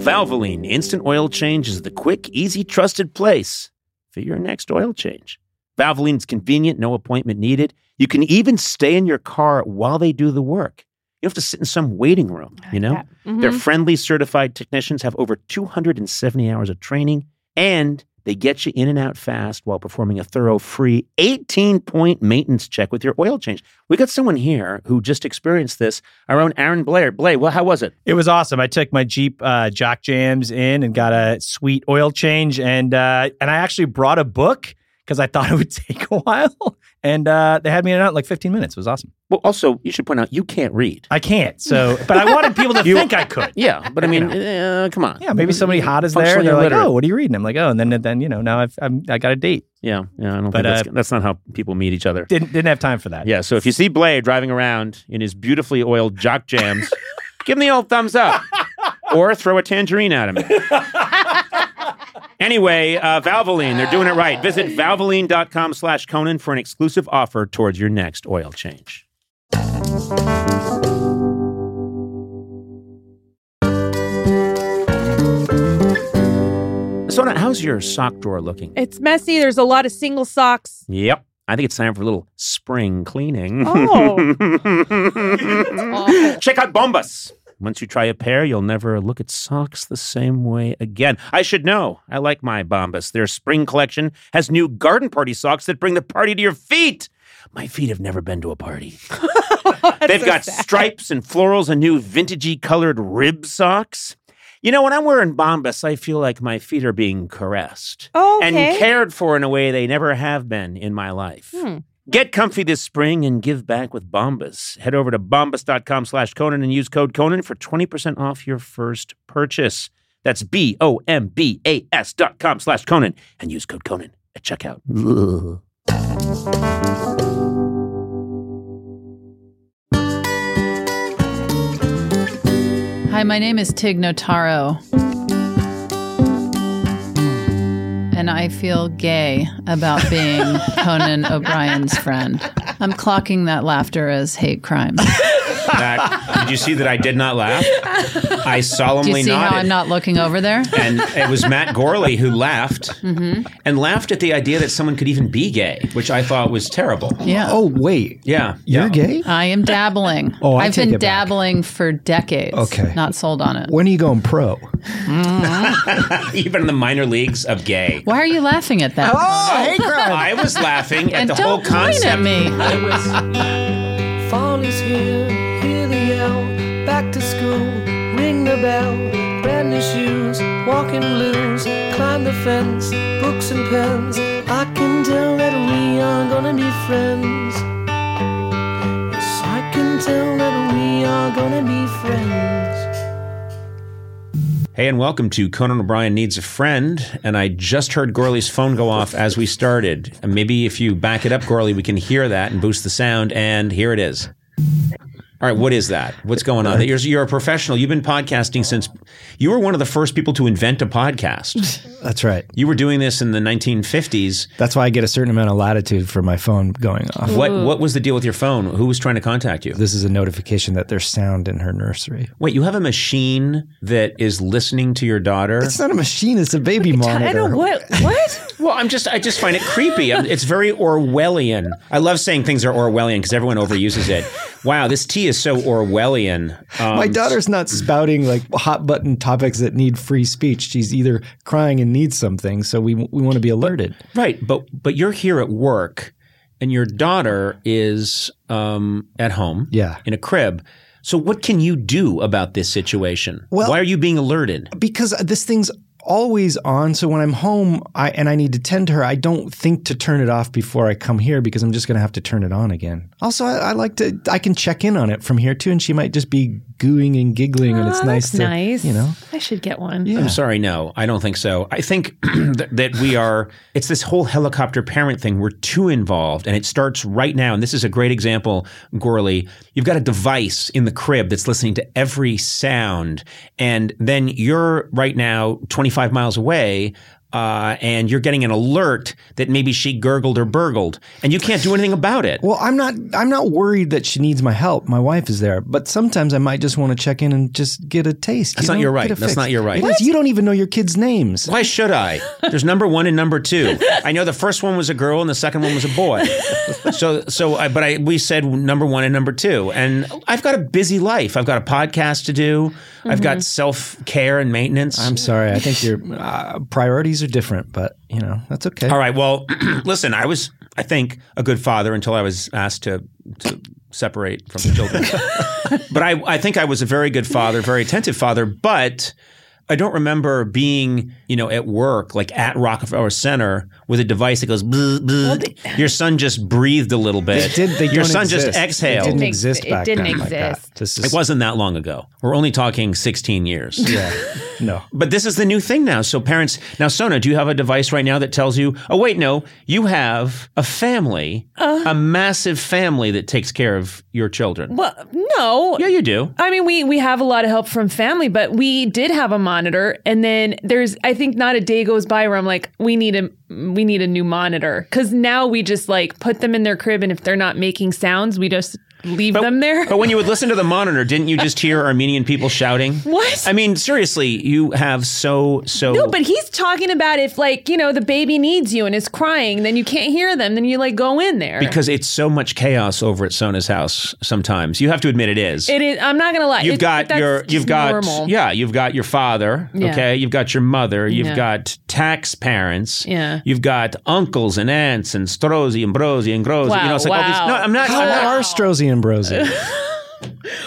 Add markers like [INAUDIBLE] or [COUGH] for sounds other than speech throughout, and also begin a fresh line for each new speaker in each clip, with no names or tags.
Valvoline Instant Oil Change is the quick, easy, trusted place for your next oil change. Valvoline is convenient, no appointment needed. You can even stay in your car while they do the work. You don't have to sit in some waiting room, you know?
that. Mhm.
Their friendly certified technicians have over 270 hours of training and they get you in and out fast while performing a thorough free 18 point maintenance check with your oil change. We got someone here who just experienced this, our own Aaron Blair. Blair, well, how was it?
It was awesome. I took my Jeep uh, Jock Jams in and got a sweet oil change, and uh, and I actually brought a book because I thought [LAUGHS] it would take a while, and uh, they had me in and out in like 15 minutes. It was awesome.
Well, also, you should point out you can't read.
I
[LAUGHS]
can't, so but I wanted people to think I could.
Yeah, but I mean, uh, come on.
[LAUGHS] Yeah, maybe somebody hot is there.
Functionally
And they're like,
illiterate.
"Oh, what are you reading?" I'm like, "Oh," and then then you know now I've I'm, I got a date.
Yeah, yeah. I don't
But,
think that's,
uh,
that's not how people meet each other.
Didn't didn't have time for that.
Yeah. So if you see Blair driving around in his beautifully oiled jock jams, give him the old thumbs up or throw a tangerine at him. anyway, uh, Valvoline, they're doing it right. Visit valvoline.com slash Conan for an exclusive offer towards your next oil change. Sona, how's your sock drawer looking?
It's messy. There's a lot of single socks.
Yep. I think it's time for a little spring cleaning.
Oh.
[LAUGHS] Check out Bombas. Once you try a pair, you'll never look at socks the same way again. I should know. I like my Bombas. Their spring collection has new garden party socks that bring the party to your feet. My feet have never been to a
[LAUGHS]
party. They've
so
got
sad.
stripes and florals and new vintagey colored rib socks. You know, when I'm wearing Bombas, I feel like my feet are being caressed and
okay.
cared for in a way they never have been in my life.
Hmm.
Get comfy this spring and give back with Bombas. Head over to bombas.com slash Conan and use code Conan for 20% off your first purchase. That's B O M B A S dot com slash Conan and use code Conan at checkout. Ugh.
Hi, my name is Tig Notaro. And I feel gay about
[LAUGHS]
being Conan O'Brien's friend. I'm clocking that laughter as hate crime.
That- did you see that I did not laugh?
[LAUGHS]
I
Do you
solemnly
see how I'm not looking over there?
and it was Matt Gorley who laughed
Mm-hmm.
and laughed at the idea that someone could even be gay, which I thought was terrible.
Yeah.
Oh wait,
Yeah.
you're
yeah.
gay?
I am dabbling.
Oh, I
I've
take
been
it back.
dabbling for decades.
Okay.
Not sold on it.
When are you going pro?
[LAUGHS] Even in the minor leagues of gay.
[LAUGHS] Why are you laughing at that?
hey, crime.
I was laughing at
and
the
don't
whole
point at
concept.
me.
Fall is here, hear the yell. Back to school, ring the bell. Brand new shoes, walking blues. Climb the fence, books and pens. I can tell that we are gonna be friends. Yes, I can tell that we are gonna be friends.
Hey, and welcome to Conan O'Brien Needs a Friend. And I just heard Gorley's phone go off as we started. And maybe if you back it up, Gorley, we can hear that and boost the sound. And here it is. All right, what is that? What's going on? You're, you're a professional. You've been podcasting since you were one of the first people to invent a
[LAUGHS]
podcast.
That's right.
You were doing this in the 1950s.
That's why I get a certain amount of latitude for my phone going off.
What what was the deal with your phone? Who was trying to contact you?
This is a notification that there's sound in her nursery.
Wait, you have a machine that is listening to your daughter?
It's not a machine. It's a baby monitor.
I
[LAUGHS]
don't what what?
Well, I'm just I just find it creepy. I'm- It's very Orwellian. I love saying things are Orwellian because everyone overuses it. Wow, this tea is so Orwellian. Um,
My daughter's not spouting like hot button topics that need free speech. She's either crying and needs something, so we we want to be alerted.
right, but but you're here at work, and your daughter is um, at home.
Yeah.
in a crib. So what can you do about this situation?
Well-
Why are you being alerted?
because this thing's always on so when i'm home I, and i need to tend to her i don't think to turn it off before i come here because i'm just going to have to turn it on again also I, I like to i can check in on it from here too and she might just be gooing and giggling and it's nice to
nice.
you know
I should get one.
yeah
I'm sorry, no, I don't think so. I think [CLEARS THROAT] that that we are, it's this whole helicopter parent thing. We're too involved, and it starts right now. And this is a great example, Gorley. You've got a device in the crib that's listening to every sound, and then you're right now 25 miles away. uh, and you're getting an alert that maybe she gurgled or burgled, and you can't do anything about it.
Well, I'm not I'm not worried that she needs my help. My wife is there, but sometimes I might just want to check in and just get a taste.
That's not your right. That's not your right.
Because you don't even know your kids' names.
Why should I? There's number one and number two. I know the first one was a girl and the second one was a boy. So, so, I, but I we said number one and number two, and I've got a busy life. I've got a podcast to do. I've got self care and maintenance.
I'm sorry. I think your uh, priorities are different, but you know that's okay.
All right. Well, [CLEARS THROAT] listen, I was, I think, a good father until I was asked to, to separate from the children.
[LAUGHS]
but I, I think I was a very good father, very attentive father, but I don't remember being, you know, at work, like at Rockefeller Center with a device that goes, "Bzz, bzz." your son just breathed a little bit.
They did- they
your
don't
son just
exist. They
exhaled.
didn't
It
exist
didn't-
back
it didn't
then like that.
exist.
This
It
is
wasn't that long ago. We're only talking 16 years. Yeah.
no.
But this is the new thing now. So parents, now Sona, do you have a device right now that tells you, oh wait, no, you have a family,
Uh.
a massive family that takes care of your children.
Well, no.
Yeah, you do.
I mean, we we have a lot of help from family, but we did have a monitor, and then there's I think not a day goes by where I'm like, we need a we need a new monitor because now we just like put them in their crib, and if they're not making sounds, we just leave them there.
But when you would listen to the monitor, didn't you just hear Armenian people shouting?
What?
I mean, seriously, you have so so
no, but he's talking about if like you know the baby needs you and is crying, then you can't hear them, then you like go in there
because it's so much chaos over at Sona's house sometimes. You have to admit it is.
it is. I'm not gonna lie.
you've
It's-
got
that's
your you've
just
got
normal.
yeah you've got your father
Yeah.
okay you've got your mother you've
Yeah.
got tax parents
Yeah.
you've got uncles and aunts and strozy and brosy and grozy you
Wow,
know it's like all
wow.
these no I'm not,
How
I'm not-
are Strozzi and Brozzi?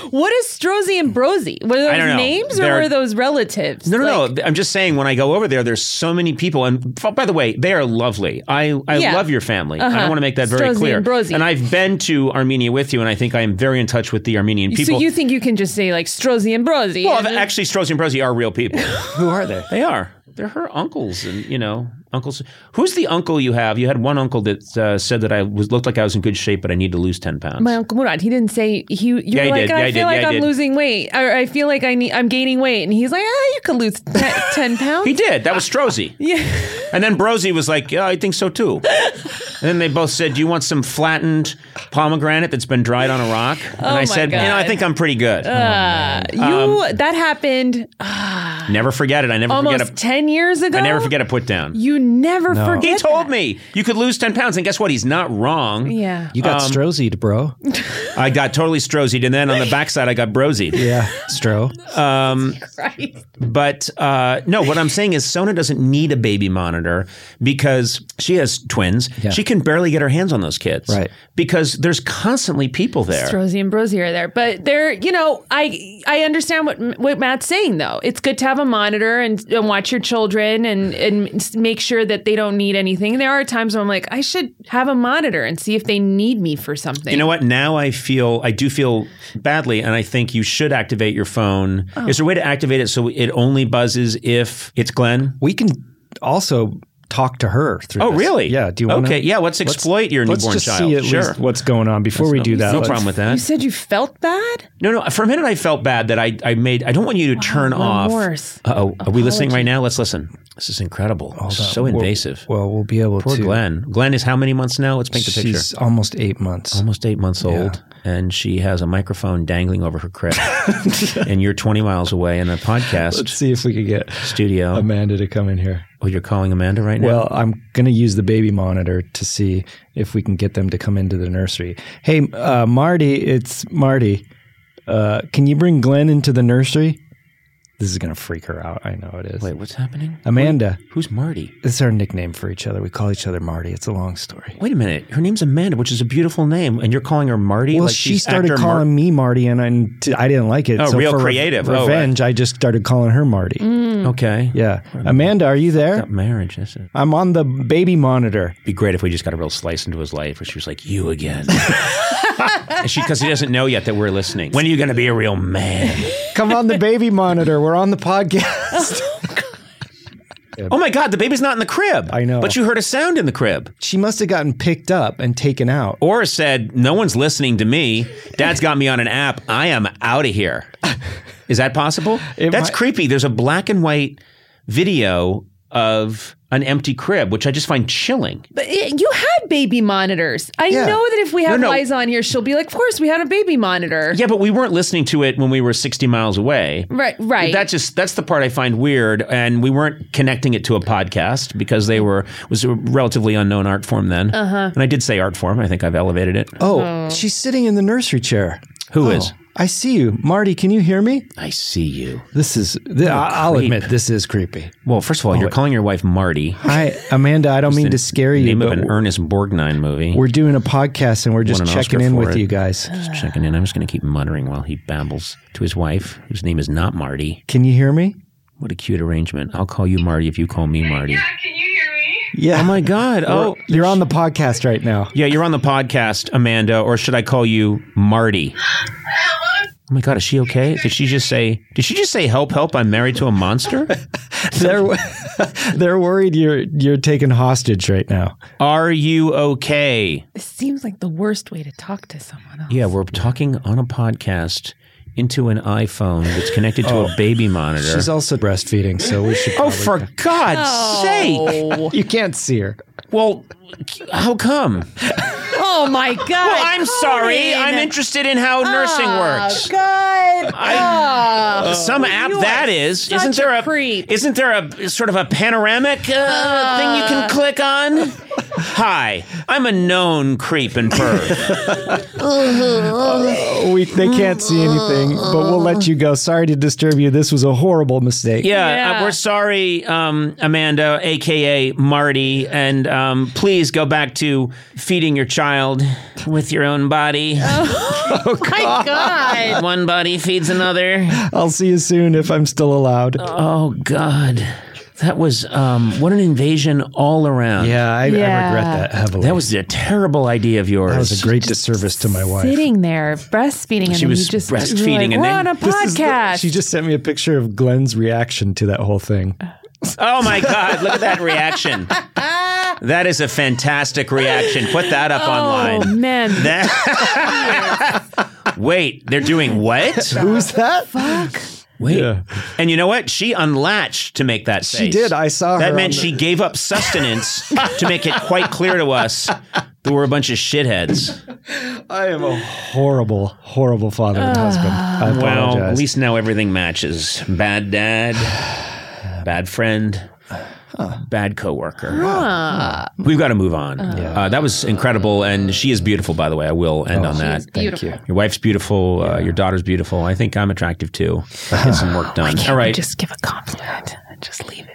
What is Strozzi and Brozzi? Were those
I don't know.
names or
They're-
were those relatives?
no, no, no. I'm just saying. When I go over there, there's so many people, and f- by the way, they are lovely. I, I
Yeah.
love your family. I want to make that very
Strozzi and
clear.
Brozzi.
and I've been to Armenia with you, and I think I am very in touch with the Armenian people.
So you think you can just say like Strozzi and Brozzi?
well,
and then-
actually, Strozzi and Brozzi are real people.
[LAUGHS]
[LAUGHS]
Who are they?
They are. They're her uncles, and you know, uncles. Who's the uncle you have? You had one uncle that uh, said that I was looked like I was in good shape, but I need to lose ten pounds.
my uncle Murad, he didn't say he. You
Yeah,
were
he
like,
did.
I
Yeah, he
feel
did.
like
Yeah, he
I'm
did.
losing weight, or I feel like I need, I'm gaining weight, and he's like, ah, you could lose te-
[LAUGHS]
ten pounds.
he did. That was Strozzi.
[LAUGHS] Yeah.
And then Brozzi was like, "Yeah, I think so too." and then they both said, "Do you want some flattened pomegranate that's been dried on a rock?" And I
Oh, my
said, "You know, I
God.
think I'm pretty good."
Uh, you
um,
that happened
never forget it. I never
almost
forget
ten years ago.
a. I never forget a put down.
You never forget.
he told
that.
me you could lose ten pounds, and guess what? He's not wrong.
Yeah.
You
Um,
got Strozied, bro.
I got totally Strozied, and then on the
[LAUGHS]
backside, I got Brozied.
Yeah, [LAUGHS] Stro.
Christ.
But uh, no, what I'm saying is Sona doesn't need a baby monitor because she has twins. She can barely get her hands on those kids.
Right.
Because there's constantly people there.
Rosie and Brosie are there, but they're you know I I understand what what Matt's saying though. It's good to have a monitor and, and watch your children and and s- make sure that they don't need anything. There are times when I'm like I should have a monitor and see if they need me for something.
You know what? Now I feel, I do feel badly, and I think you should activate your phone. Is there a way to activate it so it only buzzes if it's Glenn?
We can also talk to her through.
Oh,
this.
really?
Yeah. Do you want?
Okay, yeah, let's exploit your
let's
newborn
just
child.
See at
Sure.
least what's going on before we do that?
no
let's-
problem with that.
You said you felt bad.
No, no. For a minute, I felt bad that I, I made. I don't want you to turn off.
remorse.
Uh-oh. Are we listening right now? Let's listen. This is incredible. so invasive.
Well, we'll be able
Poor
to.
Glenn. Glenn is how many months now? Let's paint the picture.
She's almost eight months.
Almost eight months old, and she has a microphone dangling over her [LAUGHS] crib. and you're 20 miles away in a
Let's
podcast
see if we could get
studio.
Amanda to come in here.
oh, you're calling Amanda right now?
Well, I'm going to use the baby monitor to see if we can get them to come into the nursery. Hey, uh, Marty, it's Marty. Uh, can you bring Glenn into the nursery? This is going to freak her out. I know it is.
Wait, what's happening?
Amanda,
Who's Marty?
this is our nickname for each other. We call each other Marty. It's a long story.
Wait a minute. Her name's Amanda, which is a beautiful name, and you're calling her Marty?
Well,
Like
she
she's
started
actor
calling
Mar-
me Marty, and I, and I didn't like it.
Oh,
so
real
for re-
creative. Oh, right.
revenge. I just started calling her Marty.
Mm. Okay.
Yeah, Amanda, are you there?
That marriage. That's it.
I'm on the baby monitor.
be great if we just got a real slice into his life where she was like, "You again," [LAUGHS] because he doesn't know yet that we're listening. When are you going to be a real man?
Come on the baby monitor. We're on the podcast. [LAUGHS]
oh my God, the baby's not in the crib.
I know.
but you heard a sound in the crib,
she must have gotten picked up and taken out.
or said, "No one's listening to me. Dad's got me on an app. I am out of
[LAUGHS]
here." Is that possible?
It
That's
might-
creepy. There's a black and white video of an empty crib, which I just find chilling.
But it, you had baby monitors. I
Yeah.
know that if we have
no.
Liza on here, she'll be like, "Of course, we had a baby monitor."
Yeah, but we weren't listening to it when we were 60 miles away.
Right. Right.
That's just that's the part I find weird, and we weren't connecting it to a podcast because they were was a relatively unknown art form then. Uh-huh. And I did say art form. I think I've elevated it.
Oh, she's sitting in the nursery chair.
Who
Oh,
is?
I see you, Marty. Can you hear me? Oh,
I see you.
This is. th- I- I'll
creep.
admit, this is creepy.
Well, first of all, you're calling your wife Marty.
Hi, Amanda. I don't mean to scare you,
Name
but
of an
w-
Ernest Borgnine movie.
we're doing a podcast and we're just
Won an
checking
Oscar
in
for
with
it.
you guys.
just checking in. I'm just going to keep muttering while he babbles to his wife, whose name is not Marty.
Can you hear me?
What a cute arrangement. I'll call you Marty if you call me Marty.
Can you hear me?
Yeah.
Oh
[LAUGHS]
my God. Oh,
You're on the podcast right now.
yeah. You're on the podcast, Amanda, or should I call you Marty?
Hello?
Oh my God, is she okay? Did she just say? Did she just say, "Help, help! I'm married to a monster"?
[LAUGHS] They're [LAUGHS] they're worried you're you're taken hostage right now.
Are you okay?
this seems like the worst way to talk to someone else.
Yeah, we're talking on a podcast into an iPhone that's connected to a baby monitor.
She's also breastfeeding, so we should.
oh,
probably-
for God's sake!
Oh,
you can't see her.
Well, how come?
oh my God.
Well, I'm sorry.
Conan.
I'm interested in how nursing works.
God. Ah.
Some app
you
that
are
is.
such
Isn't there
a
a,
creep. Ah.
isn't there a sort of a panoramic uh, thing you can click
[LAUGHS]
on? Hi, I'm a known creep and
[LAUGHS]
perv.
Oh, we, they can't see anything, but we'll let you go. Sorry to disturb you. This was a horrible mistake.
Yeah,
Yeah.
Uh, we're sorry, um, Amanda, aka Marty, and um, please go back to feeding your child with your own body.
Oh.
[LAUGHS]
my God.
One body feeds another.
I'll see you soon if I'm still allowed.
Oh God, that was um, what an invasion all around.
yeah, I,
Yeah.
I regret that heavily.
that was a terrible idea of yours.
that was a great disservice to my wife.
Sitting there breastfeeding, and
She
then
was
you just
breastfeeding
like,
and
we're
then-
on a
This is the-
podcast.
she just sent me a picture of Glenn's reaction to that whole thing.
Oh my God, look at that reaction. That is a fantastic reaction. Put that up
oh
online.
man,
That- [LAUGHS] Wait, they're doing what?
Who's that?
Wait.
Yeah.
And you know what? She unlatched to make that face.
She did. I saw
That
her.
meant
on
she gave up sustenance to make it quite clear to us that we're a bunch of shitheads.
the- I am a horrible, horrible father and husband. I apologize.
Well, at least now everything matches. Bad dad, bad friend, bad coworker. We've got to move on. Uh, that was incredible, and she is beautiful, by the way. I will end on that.
Oh, Thank you.
Your wife's beautiful. Uh, your daughter's beautiful. I think I'm attractive too. Get some
[LAUGHS]
work done. All right.
just give a compliment and just leave it.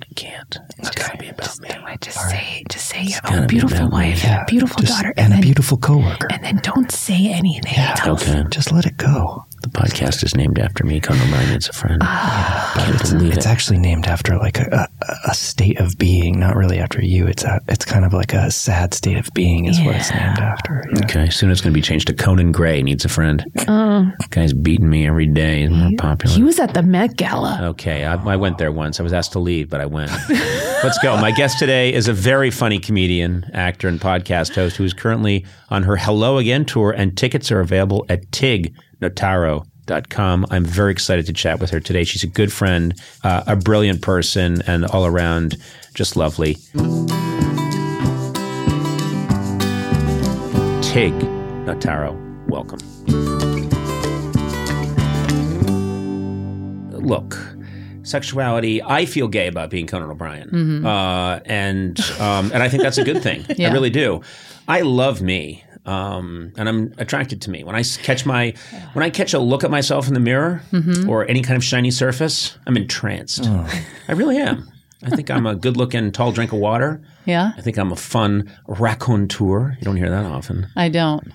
I can't. It's gotta be about me.
I just say, just say you
gotta
have a
be
beautiful
about me.
wife, and a beautiful
Just-
daughter,
and
and
a
then,
beautiful coworker.
and then don't say anything.
Okay.
Just let it go.
The podcast is named after me. Come remind me it's a friend.
Ah.
can't believe
It's
it.
actually named after like a, a, a state of being, not really after you. It's a, it's kind of like a sad state of being is what it's named after. Yeah.
Okay, soon it's going to be changed to Conan Gray needs a friend.
Uh.
Guy's beating me every day. He's more popular.
He was at the Met Gala.
Okay, I, I went there once. I was asked to leave, but I went. [LAUGHS] Let's go. My guest today is a very funny comedian, actor, and podcast host who is currently on her Hello Again tour, and tickets are available at tignotaro.com. I'm very excited to chat with her today. She's a good friend, uh, a brilliant person, and all around just lovely. Tig Notaro, welcome. look, sexuality. I feel gay about being Conan O'Brien, uh, and um, and I think that's a good
[LAUGHS]
thing. I
Mm-hmm. Yeah.
really do. I love me, um, and I'm attracted to me. When I s- catch my when I catch a look at myself in the mirror
Mm-hmm.
or any kind of shiny surface, I'm entranced.
Oh.
I really am. I think I'm a good looking tall drink of water.
[LAUGHS] Yeah,
I think I'm a fun raconteur. You don't hear that often.
I don't.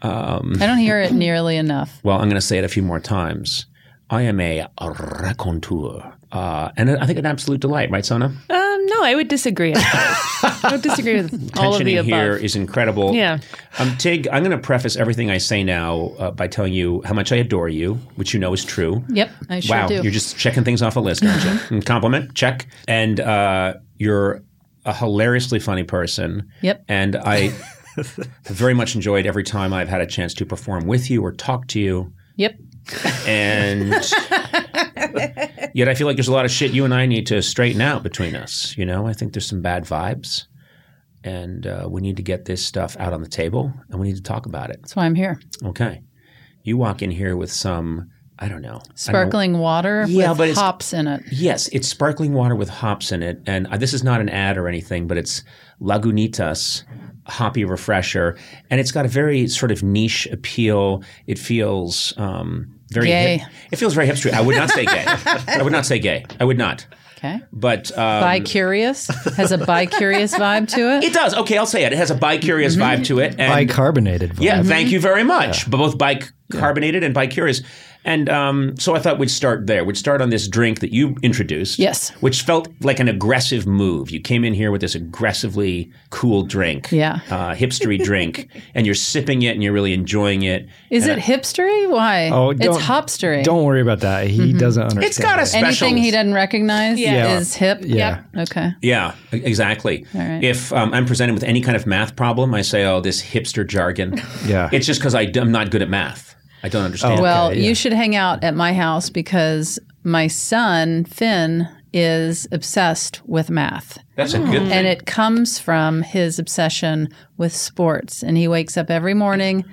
Um.
I don't hear it nearly enough.
Well, I'm going to say it a few more times. I am a raconteur. Uh, and I think an absolute delight, right, Sona?
Um, no, I would
[LAUGHS]
disagree. I would disagree with all of the
Tensioning
above.
here is incredible.
Yeah.
Um, Tig, I'm going to preface everything I say now uh, by telling you how much I adore you, which you know is true.
Yep, I sure
wow,
do.
you're just checking things off a list, aren't you? Mm, Compliment, check. And uh, you're a hilariously funny person.
Yep.
And I very much enjoyed every time I've had a chance to perform with you or talk to you.
yep.
and [LAUGHS] Yet I feel like there's a lot of shit you and I need to straighten out between us. You know, I think there's some bad vibes, and uh, we need to get this stuff out on the table, and we need to talk about it.
That's why I'm here.
Okay, you walk in here with some, I don't know, I don't know-
Sparkling water
Yeah,
with
but it's-
hops in it.
Yes, it's sparkling water with hops in it, and uh, this is not an ad or anything, but it's Lagunitas hoppy refresher, and it's got a very sort of niche appeal. It feels um, very
Gay.
hip- It feels very hipster. I would not say gay. I would not say gay. I would not.
Okay.
But
Uh,
um,
Bi curious has a bi curious vibe to
[LAUGHS]
it.
it does. Okay, I'll say it. It has a bicurious
Mm-hmm.
vibe to it. And
Bicarbonated. Vibe.
yeah, thank you very much. But both bicarbonated and bicurious. And um, so I thought we'd start there. We'd start on this drink that you introduced.
Yes.
Which felt like an aggressive move. You came in here with this aggressively cool drink.
Yeah.
Uh, hipstery
[LAUGHS]
drink. And you're sipping it and you're really enjoying it.
Is it hipstery? Why?
Oh,
it's
don't-
hopstery.
Don't worry about that. He doesn't understand.
It's got a
it.
special.
Anything he doesn't recognize
Yeah.
is hip.
Yeah.
Okay.
Yeah, e- exactly.
right.
If um, I'm presented with any kind of math problem, I say, oh, this hipster jargon.
Yeah.
It's just because I'm not good at math. I don't understand.
Well,
yeah.
you should hang out at my house because my son, Finn, is obsessed with math.
That's a good thing.
And it comes from his obsession with sports. And he wakes up every morning,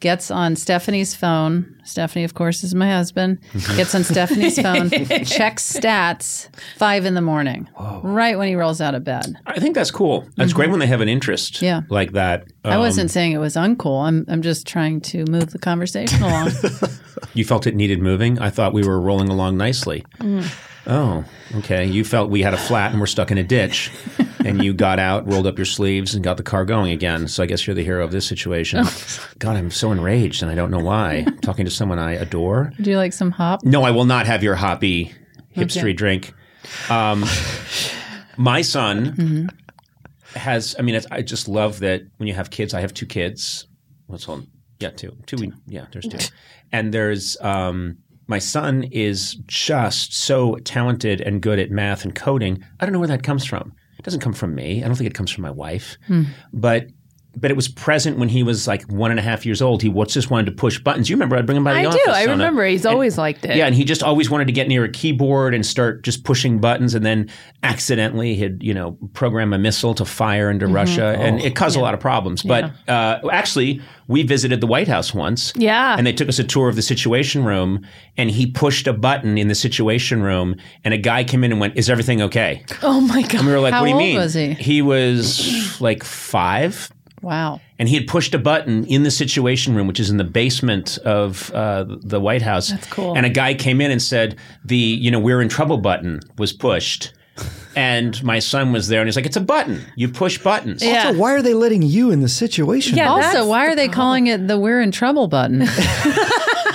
gets on Stephanie's phone. Stephanie, of course, is
[LAUGHS]
my husband. Gets on Stephanie's phone, checks stats five in the morning, right when he rolls out of bed.
I think that's cool. That's great when they have an interest
Yeah.
like that.
I
Um,
wasn't saying it was uncool. I'm, I'm just trying to move the
[LAUGHS]
conversation along.
You felt it needed moving. I thought we were rolling along nicely. Oh, okay. You felt we had a flat and we're stuck in a ditch. and you got out, rolled up your sleeves, and got the car going again. So I guess you're the hero of this situation. God, I'm so enraged and I don't know why. Talking to someone I adore.
Do you like some hop?
No, I will not have your hoppy hipstery
Okay.
drink. Um, my son has. I mean, it's, I just love that when you have kids. I have two kids. What's on? Yeah, two. Two. we- Yeah, there's
[LAUGHS]
two. and there's um, my son is just so talented and good at math and coding. I don't know where that comes from. It doesn't come from me. I don't think it comes from my wife.
Hmm.
But. But it was present when he was like one and a half years old. He wa- just wanted to push buttons. You remember I'd bring him by the
I
office.
do. I
Sona.
remember. He's always liked it.
Yeah, and he just always wanted to get near a keyboard and start just pushing buttons, and then accidentally he'd you know program a missile to fire into
Mm-hmm.
Russia, and
Oh,
it caused a lot of problems. But uh, actually, we visited the White House once.
Yeah.
and they took us a tour of the Situation Room, and he pushed a button in the Situation Room, and a guy came in and went, "Is everything okay?"
Oh my
And
god.
we were like,
How
"What do you
old
mean?"
was he?
He was like five
Wow.
and he had pushed a button in the Situation Room, which is in the basement of uh, the White House. That's
cool.
And a guy came in and said the you know we're in trouble button was pushed, and my son was there, and he's like, it's a button. You push buttons.
Yeah.
So why are they letting you in the situation?
Yeah. that's
Also, why are they calling it the we're in trouble
[LAUGHS]
button?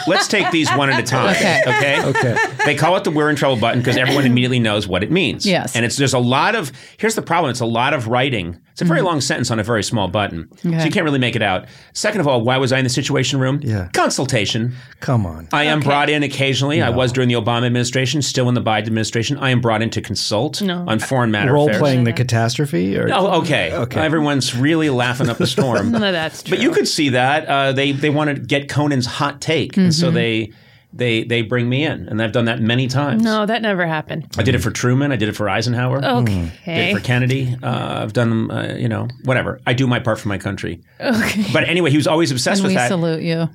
Let's take these one at a time.
Okay.
Okay.
Okay.
[LAUGHS] They call it the "We're in trouble" button because everyone immediately knows what it means.
Yes.
And it's there's a lot of here's the problem. It's a lot of writing. It's a very long sentence on a very small button, so
Okay.
you can't really make it out. Second of all, why was I in the Situation Room?
Yeah.
Consultation.
Come on.
I am brought in occasionally. I was during the Obama administration, still in the Biden administration. I am brought in to consult on foreign matter
Role
affairs.
playing the catastrophe or
Oh, okay. Okay. Everyone's really laughing up a storm.
None of that's true.
But you could see that uh, they they want to get Conan's hot take, and so they they they bring me in, and I've done that many times.
No, that never happened.
I did it for Truman. I did it for Eisenhower. Did
Okay.
it Mm. for Kennedy. Uh, I've done them. Uh, you know, whatever. I do my part for my country. Okay. But anyway, he was always obsessed
and
with
we
that.
salute you.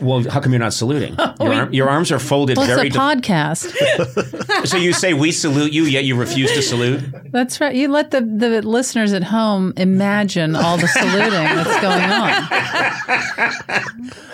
well, how come you're not saluting? Your, arm, your arms are folded
Well,
very.
it's
de-
a podcast.
so you say we salute you, yet you refuse to salute.
That's right. You let the, the listeners at home imagine all the saluting that's going on.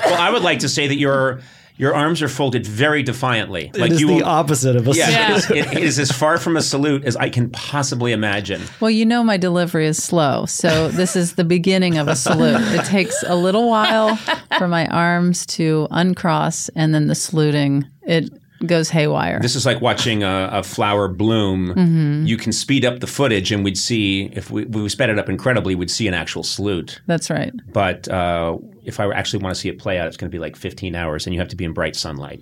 Well, I would like to say that your your arms are folded very defiantly. Like
it is
you
the
will,
opposite of a
yeah,
Yeah.
It, is, it- it is as far from a salute as I can possibly imagine.
Well, you know my delivery is slow, so this is the beginning of a salute. It takes a little while for my arms to uncross, and then the saluting it goes haywire.
This is like watching a, a flower bloom. You can speed up the footage, and we'd see if we, we sped it up incredibly, we'd see an actual salute.
that's right.
But uh, if I actually want to see it play out, it's going to be like 15 hours, and you have to be in bright sunlight.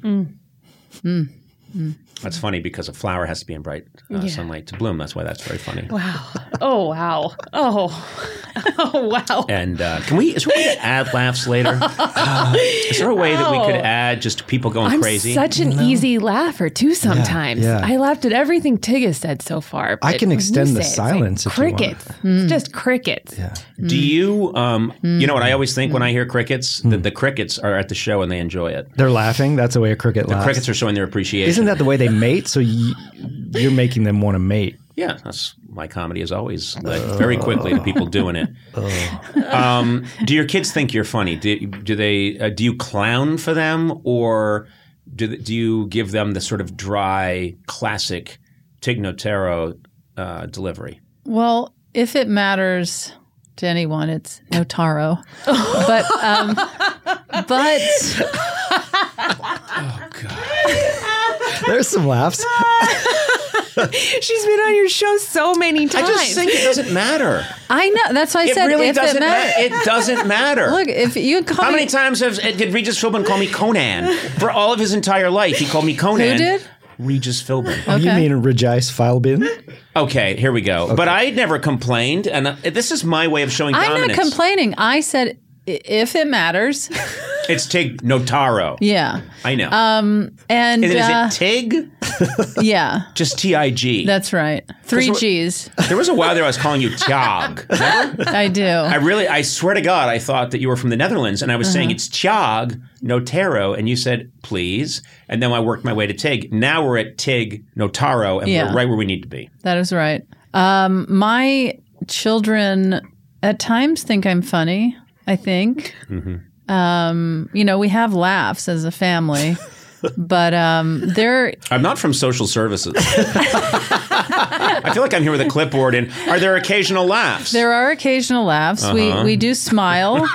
That's funny because a flower has to be in bright uh, sunlight to bloom. That's why that's very funny.
Wow. Oh wow. Oh. [LAUGHS] Oh wow.
And uh, can we? Is there a way to add laughs
[LAUGHS]
later? Uh, is there a way that we could
Wow.
add just people going
I'm
crazy?
such an easy laugher too. Sometimes
yeah.
I laughed at everything Tigga said so far.
I
but when
can
you
extend the
say it, it's
silence
Like
if you want.
crickets. It's just crickets.
Yeah.
Do you? Um, You know what I always think when I
Hmm.
hear crickets
Hmm.
that the crickets are at the show and they enjoy it.
[LAUGHS] They're laughing. That's the way a cricket laughs.
Crickets are showing their appreciation.
Uh, Isn't that the way they mate? So y- you're making them want to mate.
Yeah, that's my comedy is always like
Uh,
very quickly to people doing it. Um, do your kids think you're funny? Do, do they? Uh, do you clown for them, or do th- do you give them the sort of dry, classic Tignotero uh, delivery?
Well, if it matters to anyone, it's Notaro. but um, but
There's some laughs.
She's been on your show so many times.
I just think it doesn't matter.
I know that's why I
It
said
really
if
doesn't
it matters.
matter. It doesn't matter.
[LAUGHS] Look, if you call
How
me,
many times have, did Regis Philbin call me Conan? For all of his entire life, he called me Conan.
Who did?
Regis Philbin.
You
Okay.
mean Regice Filebin?
Oh.
Okay, here we go. But I never complained, and uh, this is my way of showing
I'm not
dominance.
complaining. I said i- if
[LAUGHS]
it matters,
It's Tig Notaro.
yeah.
I know.
And
and is
Um, uh,
it Tig?
yeah,
Just T I G.
that's right. Three G's.
There was a while there I was calling you
[LAUGHS]
Tiag. [LAUGHS]
I do.
I really, I swear to God, I thought that you were from the Netherlands, and I was
Uh-huh.
saying it's Tiag Notaro, and you said please, and then I worked my way to Tig. Now we're at Tig Notaro, and
Yeah.
we're right where we need to be.
That is right. Um, my children at times think I'm funny. I think.
Mm-hmm.
Um, you know, we have laughs as
[LAUGHS]
a family, but um, they're
I'm not from social services. [LAUGHS] I feel like I'm here with a clipboard. And are there occasional laughs?
there are occasional laughs.
Uh-huh.
We we
[LAUGHS]
do smile.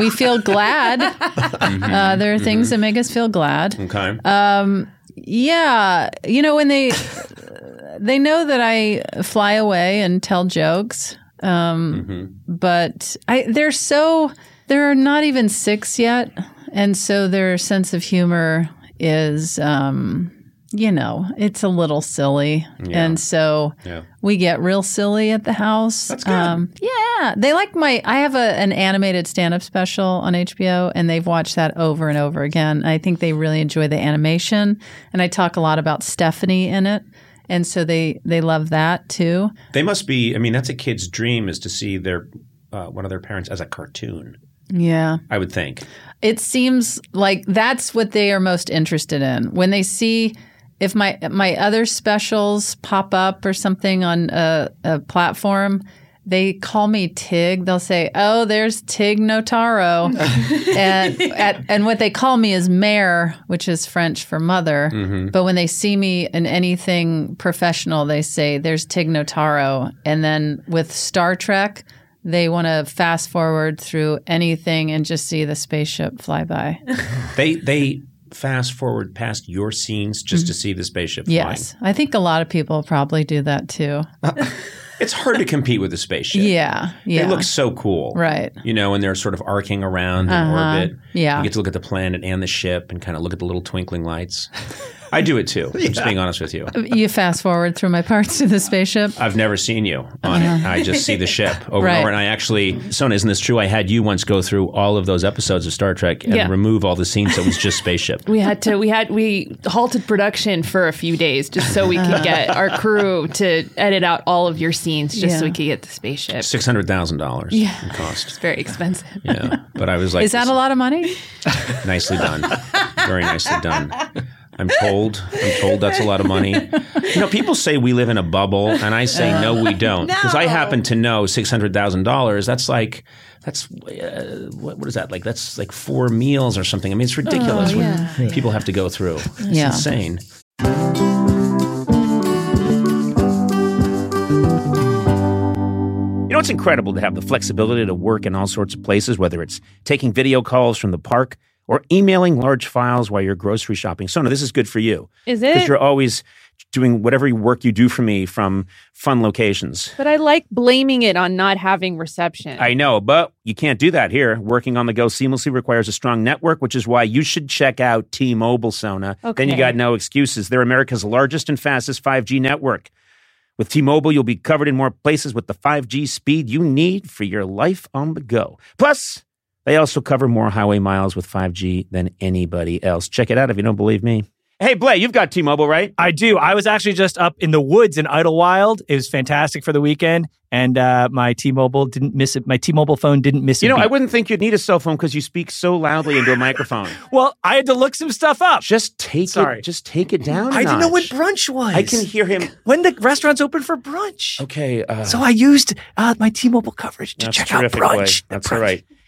we feel glad.
Mm-hmm.
Uh, there are things that make us feel glad.
okay.
Uh, Yeah, you know when they they know that I fly away and tell jokes, um, but I they're so they're not even six yet, and so their sense of humor is um, you know it's a little silly, and so
Yeah.
we get real silly at the house. That's
good.
Um, yeah, they like my. I have a, an animated stand up special on HBO, and they've watched that over and over again. I think they really enjoy the animation, and I talk a lot about Stephanie in it, and so they they love that too.
they must be. I mean, that's a kid's dream is to see their uh, one of their parents as a cartoon.
Yeah,
I would think.
it seems like that's what they are most interested in when they see if my my other specials pop up or something on a, a platform they call me Tig. They'll say, "Oh, there's Tig Notaro,"
[LAUGHS]
and at, and what they call me is Mare, which is French for mother.
Mm-hmm.
But when they see me in anything professional, they say, "There's Tig Notaro." And then with Star Trek, they want to fast forward through anything and just see the spaceship
[LAUGHS]
fly by.
They they fast forward past your scenes just to see the spaceship
Mm-hmm. Yes, I think a lot of people probably do that too.
flying. It's hard to compete with the spaceship.
[LAUGHS] Yeah, yeah,
They look so cool.
right. Uh-huh.
You know, and they're sort of arcing around in orbit.
Yeah.
You get to look at the planet and the ship and kind of look at the little twinkling lights. I do it too.
[LAUGHS]
I'm just being honest with you.
You fast forward through my parts to the
[LAUGHS]
spaceship.
I've never seen you on it. I just
[LAUGHS]
see the ship over
Right.
and over. And I actually, Sona, isn't this true? I had you once go through all of those episodes of Star Trek and
Yeah.
remove all the scenes that was just
[LAUGHS]
spaceship.
We had to. We had we halted production for a few days just so we [LAUGHS] could get our crew to edit out all of your scenes, just so we
Yeah.
could get the spaceship.
Six hundred thousand dollars in cost.
It's very expensive.
Yeah, but I was like,
Is that a lot of money?
Nicely done, very nicely done. I'm told. I'm told that's a lot of money. You know, people say we live in a bubble, and I say no, we don't, because I happen to know six hundred thousand dollars. That's like, that's uh, what, what is that like? That's like four meals or something. I mean, it's ridiculous what people have to go through. It's
Yeah.
insane. You know, it's incredible to have the flexibility to work in all sorts of places, whether it's taking video calls from the park or emailing large files while you're grocery shopping. Sona, this is good for you.
Is
Because
it?
you're always doing whatever work you do for me from fun locations.
But I like blaming it on not having reception.
I know, but you can't do that here. Working on the go seamlessly requires a strong network, which is why you should check out T Mobile Sona. Then you
Okay.
got no excuses. They're America's largest and fastest 5G network. With T Mobile, you'll be covered in more places with the 5G speed you need for your life on the go. Plus, they also cover more highway miles with 5G than anybody else. Check it out if you don't believe me. Hey, Blay, you've got T Mobile, right?
I do. I was actually just up in the woods in Idlewild. It was fantastic for the weekend, and uh, my T-Mobile didn't miss it. My T-Mobile phone didn't miss it.
You know, I wouldn't think you'd need a cell phone because you speak so loudly into a microphone.
well, I had to look some stuff up.
Just take
Sorry.
it. Just take it down. I
I didn't know when brunch was.
I can hear him.
when the restaurants open for brunch.
Okay. Uh,
So I used uh, my T-Mobile coverage to
that's
check out
terrific, Blay.
brunch.
That's
Brunch.
all right.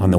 On the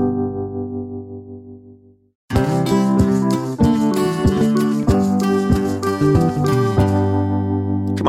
Come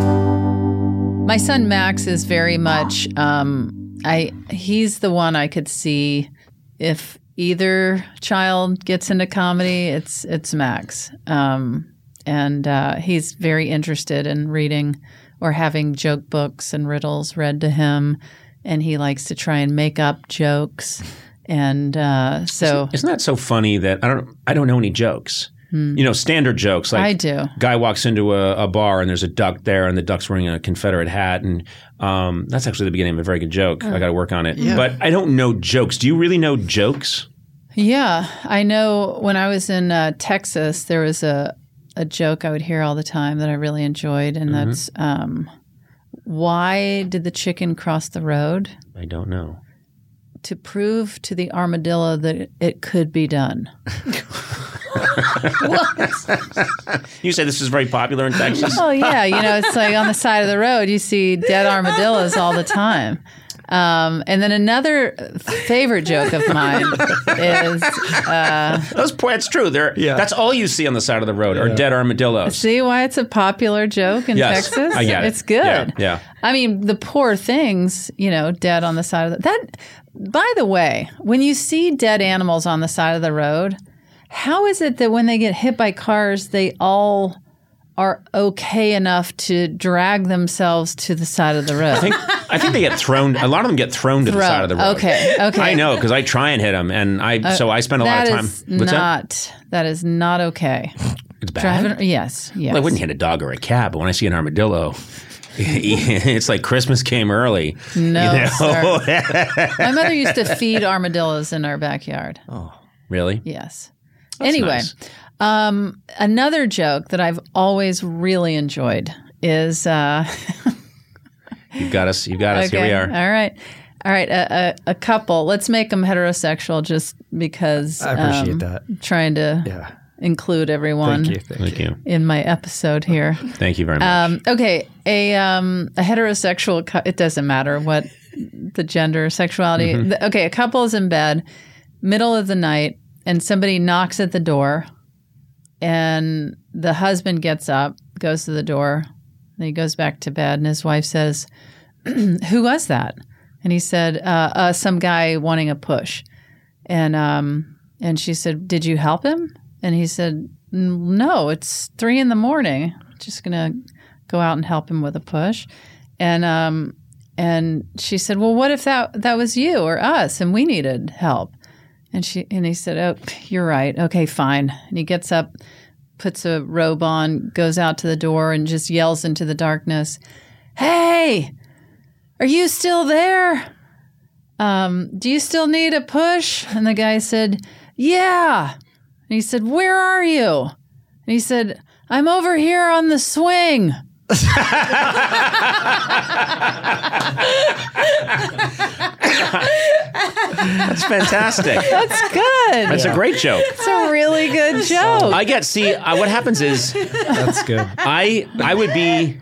My son Max is very much um I he's the one I could see if either child gets into comedy, it's it's Max. Um and uh, he's very interested in reading or having joke books and riddles read to him and he likes to try and make up jokes And uh, so
Isn't that so funny that I don't I don't know any jokes. You know, standard jokes like
I do.
Guy walks into a, a bar and there's a duck there, and the duck's wearing a Confederate hat, and um, that's actually the beginning of a very good joke. I got to work on it, but I don't know jokes. Do you really know jokes?
Yeah, I know. When I was in uh, Texas, there was a a joke I would hear all the time that I really enjoyed, and that's um, why did the chicken cross the road
I don't know.
to prove to the armadillo that it could be done?
You say this is very popular in
[LAUGHS]
Texas.
Oh yeah, you know it's like on the side of the road you see dead armadillos all the time. Um, and then another favorite joke of [LAUGHS] mine is uh,
That's, that's true. There,
Yeah.
that's all you see on the side of the road are dead armadillos.
see why it's a popular joke in
Yes,
Texas.
I get it.
It's good.
Yeah, yeah.
I mean, the poor things, you know, dead on the side of the that. By the way, when you see dead animals on the side of the road, how is it that when they get hit by cars, they all are okay enough to drag themselves to the side of the road?
I think I think they get thrown. A lot of them get thrown to the side of the road.
Okay, okay.
I know because I try and hit them, and I so I spend a lot
That
of time.
is not. that is not okay.
It's bad.
Driving. Yes. Yes.
Well, I wouldn't hit a dog or a cat, but when I see an armadillo, [LAUGHS] it's like Christmas came early.
No,
[LAUGHS]
sir. My mother used to feed armadillos in our backyard.
Really?
Yes. anyway,
nice.
um, another joke that I've always really enjoyed is uh,
You've got us. You've got us. Here we
okay,
are.
All right. All right, a, a, a couple. Let's make them heterosexual just because
I appreciate
um,
that.
Trying to
Yeah.
include everyone
Thank you.
[LAUGHS]
Thank you.
Thank you.
in my episode here.
Thank you very much.
Um, okay, a um, a heterosexual. cou- It doesn't matter what the gender, sexuality. The- okay, a couple is in bed, middle of the night, and somebody knocks at the door, and the husband gets up, goes to the door, and he goes back to bed, and his wife says, [CLEARS THROAT] "Who was that?" And he said, uh, uh, "Some guy wanting a push." and um and she said did you help him and he said "N- no it's three in the morning just gonna go out and help him with a push and um and she said well what if that that was you or us and we needed help and she and he said oh you're right okay fine and he gets up puts a robe on goes out to the door and just yells into the darkness hey are you still there um, do you still need a push? And the guy said, Yeah. And he said, Where are you? And he said, I'm over here on the swing.
That's
[LAUGHS]
fantastic.
That's good.
That's a great joke.
It's a really good joke.
I get. See, uh, what happens is
That's good.
I I would be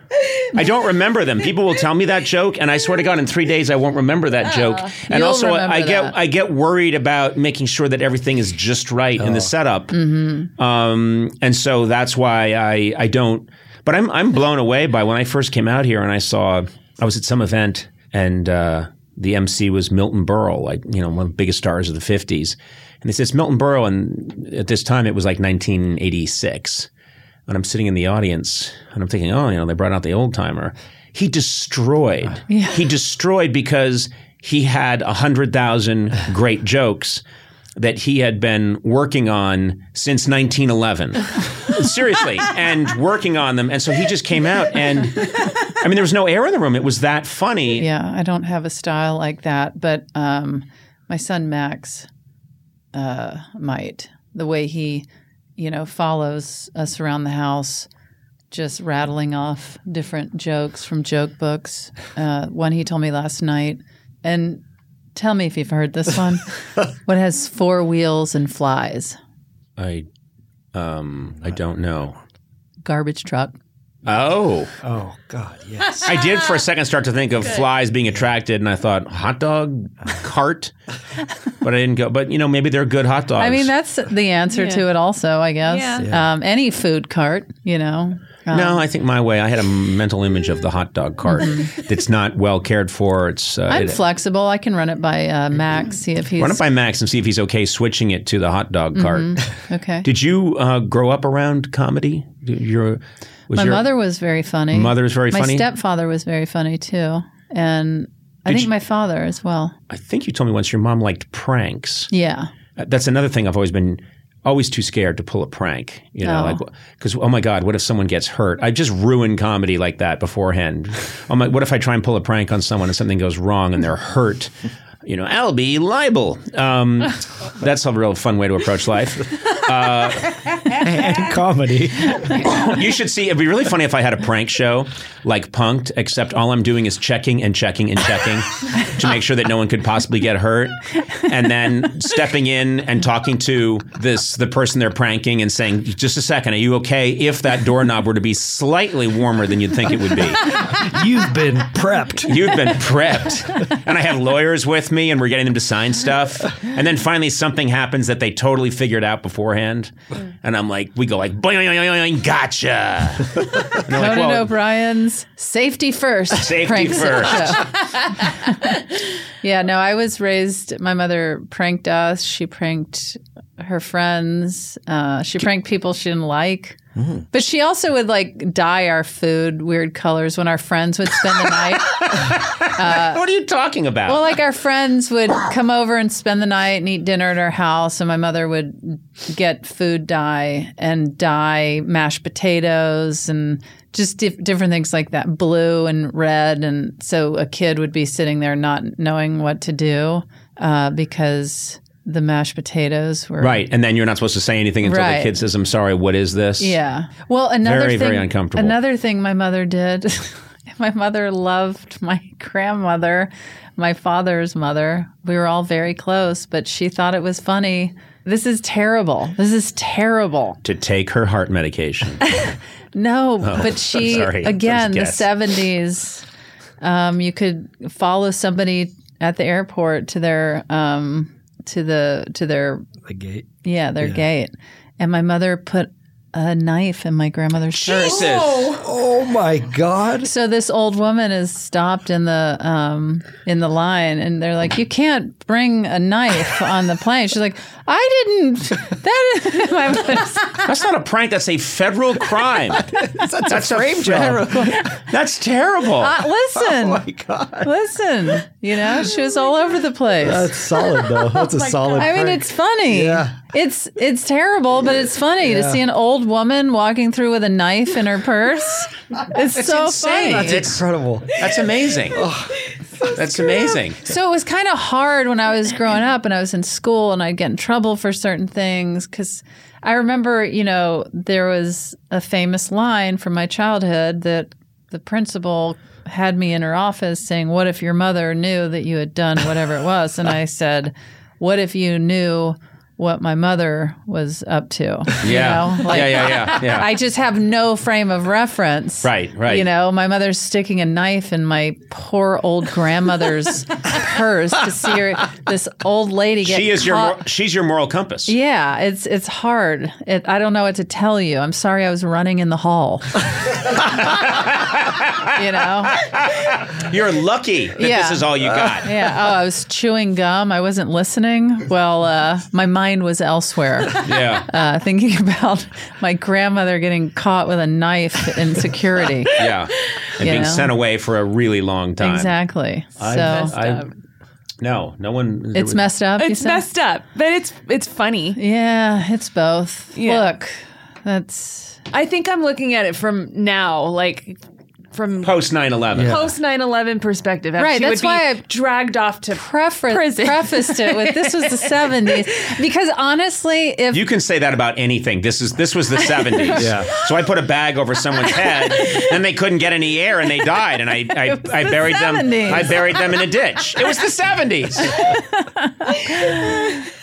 I don't remember them. People will tell me that joke and I swear to God in 3 days I won't remember that joke. And
Ah, You'll
also I
remember
get
that.
I get worried about making sure that everything is just right in the setup.
Mm-hmm.
Um and so that's why I I don't but I'm I'm blown away by when I first came out here and I saw I was at some event and uh the MC was Milton Berle, like you know, one of the biggest stars of the '50s, and this is Milton Berle, and at this time it was like 1986 and I'm sitting in the audience and I'm thinking, oh, you know, they brought out the old timer. He destroyed. He destroyed because he had a hundred thousand great jokes that he had been working on since 1911. Seriously, and working on them, and so he just came out and. I mean, there was no air in the room. It was that funny.
yeah, I don't have a style like that, but um, my son Max uh, might. The way he, you know, follows us around the house, just rattling off different jokes from joke books. Uh, one he told me last night, and tell me if you've heard
[LAUGHS]
this one. what has four wheels and flies?
I, um, I don't know.
Garbage truck.
Oh,
Oh God, yes.
I did
[LAUGHS]
for a second start to think of flies being attracted, and I thought hot dog
[LAUGHS]
cart, but I didn't go. But you know, maybe they're good hot dogs.
I mean, that's the answer to it. Also, I guess
Yeah.
Um, any food cart, you know. Um,
no. I think my way. I had a mental image of the hot dog cart that's not well cared for. It's uh,
Mm-hmm. I'm
it- Mm-hmm.
flexible. I can run it by uh, Max, see if he's
run it by Max and see if he's okay switching it to the hot dog cart.
Mm-hmm. okay.
Did you uh, grow up around comedy? Did Your was
My
your
mother was very funny.
Mother's very
My
funny?
stepfather was very funny too, and I think my father as well.
I think you told me once your mom liked pranks.
Yeah.
Uh, That's another thing I've always been always too scared to pull a prank. You know,
Oh.
like because oh my god, what if someone gets hurt? I just ruin comedy like that beforehand. oh my, what if I try and pull a prank on someone and something goes wrong and they're hurt? You know, I'll be liable. Um, that's a real fun way to approach life.
and comedy.
[LAUGHS] you should see. It'd be really funny if I had a prank show like Punked, except all I'm doing is checking and checking and checking to make sure that no one could possibly get hurt, and then stepping in and talking to this the person they're pranking and saying, "Just a second, are you okay?" If that doorknob were to be slightly warmer than you'd think it would be,
You've been prepped.
you've been prepped, and I have lawyers with me, and we're getting them to sign stuff, and then finally something happens that they totally figured out beforehand, and I'm like, we go like, "Boing, boing, boing, boing, gotcha."
Conan
well-
O'Brien's safety first.
[LAUGHS] Safety
prank
first.
show. yeah, no, I was raised. My mother pranked us. She pranked her friends. Uh, she pranked people she didn't like.
Mm-hmm.
But she also would like dye our food weird colors when our friends would spend
[LAUGHS]
the night.
What are you talking about?
Well, like our friends would come over and spend the night and eat dinner at our house, and my mother would get food dye and dye mashed potatoes and just dif- different things like that, blue and red. And so a kid would be sitting there not knowing what to do uh, because the mashed potatoes were
right, and then you're not supposed to say anything until the
Right.
kid says, "I'm sorry, what is this?"
Yeah. Well, another
Very,
thing,
very uncomfortable.
Another thing my mother did. [LAUGHS] my mother loved my grandmother, my father's mother. We were all very close, but she thought it was funny. This is terrible. This is terrible.
To take her heart
[LAUGHS]
medication.
No, but she
Oh, sorry.
again the
Just guess.
seventies. Um, you could follow somebody at the airport to their um, to the to their
The gate.
yeah their gate, and my mother put a knife in my grandmother's shirt.
Oh my God.
So this old woman is stopped in the um, in the line, and they're like, "You can't bring a knife on the plane." She's like, "I didn't." [LAUGHS] That is [LAUGHS] my
[LAUGHS]
mother's-
That's not a prank. That's a federal
[LAUGHS]
crime.
That's, a frame job.
that's terrible.
Uh, listen,
Oh my God.
listen. You know, she was all over the place.
That's solid
[LAUGHS]
though. That's a solid.
Oh I mean,
prank.
it's funny.
Yeah.
It's it's terrible, but it's funny to see an old woman walking through with a knife in her
[LAUGHS]
purse. It's, so funny.
That's,
incredible.
that's amazing. that's amazing.
So it was kind of hard when I was growing up and I was in school and I'd get in trouble for certain things because I remember, you know, there was a famous line from my childhood that the principal had me in her office saying, What if your mother knew that you had done whatever it was? And I said, What if you knew what my mother was up to? You
Yeah.
know, like-
yeah, yeah,
[LAUGHS]
yeah, yeah.
I just have no frame of reference.
Right, right.
You know, my mother's sticking a knife in my poor old
[LAUGHS]
grandmother's purse to see her, this old lady get
she is your
caught.
mor- she's your moral compass.
yeah, it's it's hard. It, I don't know what to tell you. I'm sorry I was running in
[LAUGHS]
the hall. you know?
You're lucky that
Yeah.
this is all you got.
Yeah. Oh, I was chewing gum. I wasn't listening. Well, uh, my mind was elsewhere.
[LAUGHS] yeah,
Uh, thinking [LAUGHS] about my grandmother getting caught with a knife in security.
yeah. And
You
being
know?
sent away for a really long time.
Exactly. So
I, no, no one.
it's messed up. you
It's
said?
messed up, but it's it's funny.
Yeah, it's both.
Yeah.
Look, that's
I think I'm looking at it from now, like from
Post 9 11.
post 9/11 perspective. Right, she would
that's
be
why I-
dragged off to
prefer-
Prison.
prefaced it with this was [LAUGHS] the seventies because honestly, if
You can say that about anything. This is this
[LAUGHS]
was the seventies.
Yeah.
So I put a bag over someone's head, and they couldn't get any air, and they died. And I
[LAUGHS]
I, I
the
buried them.
70s.
I buried them in a ditch. It was the seventies.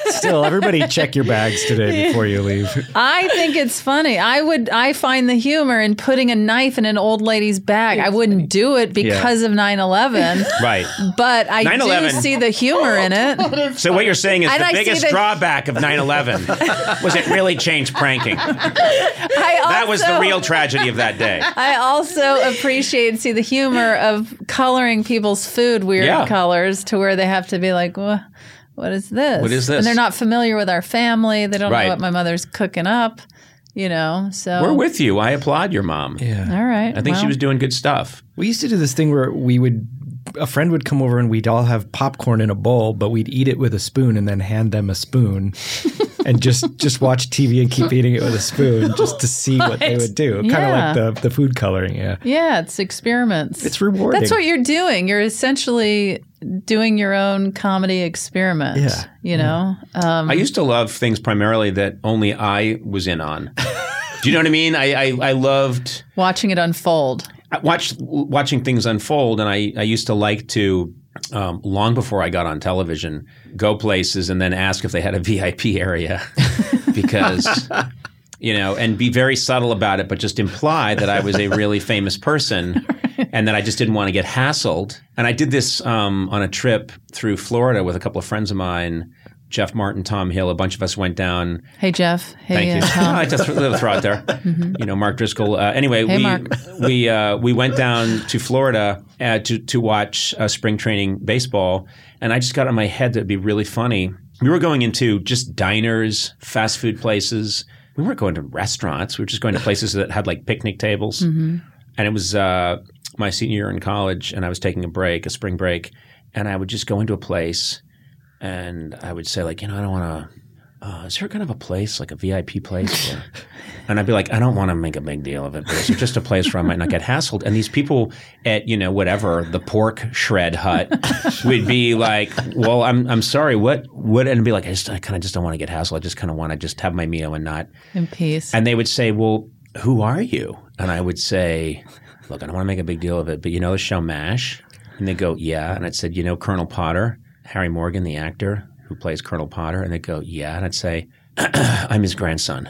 Still, everybody check your bags today before you leave.
I think it's funny, I would I find the humor in putting a knife in an old lady's bag. I wouldn't do it because of 9-11,
Right.
but I
9/11.
do see the humor
[LAUGHS]
in it.
So what you're saying is
And
the
I see
biggest
that-
drawback of
[LAUGHS]
9/11 was it really changed pranking.
I also,
That was the real tragedy of that day.
I also appreciate and see the humor of coloring people's food weird
Yeah.
colors to where they have to be like, "Wha- what is this?
What is this?
And they're not familiar with our family. They don't
Right.
know what my mother's cooking up, you know? So
We're with you. I applaud your mom.
[LAUGHS] Yeah.
All right.
I think she
well,
was doing good stuff.
We used to do this thing where we would a friend would come over and we'd all have popcorn in a bowl, but we'd eat it with a spoon and then hand them a
[LAUGHS]
spoon and just just watch TV and keep eating it with a spoon just to see what, they would do.
Yeah.
Kind of like the the food coloring, yeah.
Yeah, it's experiments.
It's rewarding.
That's what you're doing. You're essentially doing your own comedy experiment.
Yeah.
You know? Um,
I used to love things primarily that only I was in on. Do you know what I mean? I I, I loved
watching it unfold.
I watched watching things unfold, and I I used to like to. Um, long before I got on television, go places and then ask if they had a [LAUGHS] VIP area because, you know, and be very subtle about it, but just imply that I was a really famous person and that I just didn't want to get hassled. And I did this um, on a trip through Florida with a couple of friends of mine, Jeff Martin, Tom Hill. A bunch of us went down
Hey, Jeff. Hey,
Thank you.
uh,
[LAUGHS]
Tom.
I just threw throw out there. You know, Mark Driscoll. Uh, anyway,
Hey,
we
Mark.
we uh, we went down to Florida uh, to to watch uh, spring training baseball, and I just got in my head that it'd be really funny. We were going into just diners, fast food places. We weren't going to restaurants. We were just going to places that had like picnic tables and it was uh, my senior year in college, and I was taking a break, a spring break, and I would just go into a place, and I would say like, you know, I don't want to. Uh, is there kind of a place like a VIP place? Where, and I'd be like, I don't want to make a big deal of it, but it's just a place where I might not get hassled. And these people at you know whatever the pork shred hut would be like, well, I'm I'm sorry, what what? And I'd be like, I just I kind of just don't want to get hassled. I just kind of want to just have my meal and not
In peace.
and they would say, Well, who are you? And I would say, Look, I don't want to make a big deal of it, but you know the show MASH? And they go, Yeah. And I'd said, You know Colonel Potter, Harry Morgan, the actor who plays Colonel Potter? And they'd go, Yeah. And I'd say, [CLEARS THROAT] I'm his grandson.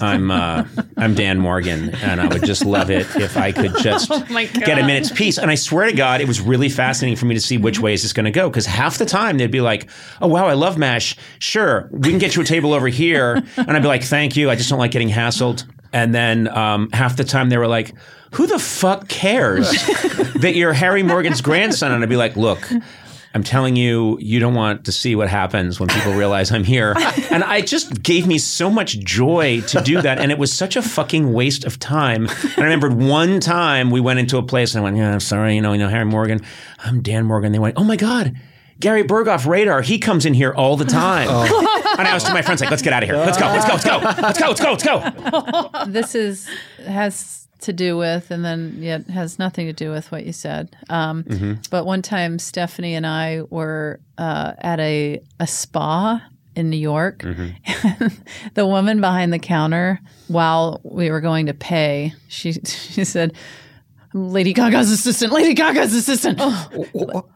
I'm uh, I'm Dan Morgan, and I would just love it if I could
[LAUGHS]
just
Oh my God.
get a minute's peace. And I swear to God, it was really fascinating for me to see which way is this going to go. Because half the time they'd be like, "Oh wow, I love Mash. Sure, we can get you a table over here," and I'd be like, "Thank you. I just don't like getting hassled." And then um, half the time they were like, "Who the fuck cares that you're Harry Morgan's grandson?" And I'd be like, "Look." I'm telling you, you don't want to see what happens when people realize I'm here. And I just gave me so much joy to do that. And it was such a fucking waste of time. And I remembered one time we went into a place and I went, Yeah, I'm sorry, you know, you know, Harry Morgan. I'm Dan Morgan. They went, Oh my God. Gary Berghoff radar, he comes in here all the time. [LAUGHS] And I was to my friends like, let's get out of here. Let's go, let's go, let's go, let's go, let's go, let's go.
this is has to do with, and then yet has nothing to do with what you said. Um, But one time, Stephanie and I were uh, at a a spa in New York. [LAUGHS] the woman behind the counter, while we were going to pay, she she said. Lady Gaga's assistant, Lady Gaga's assistant.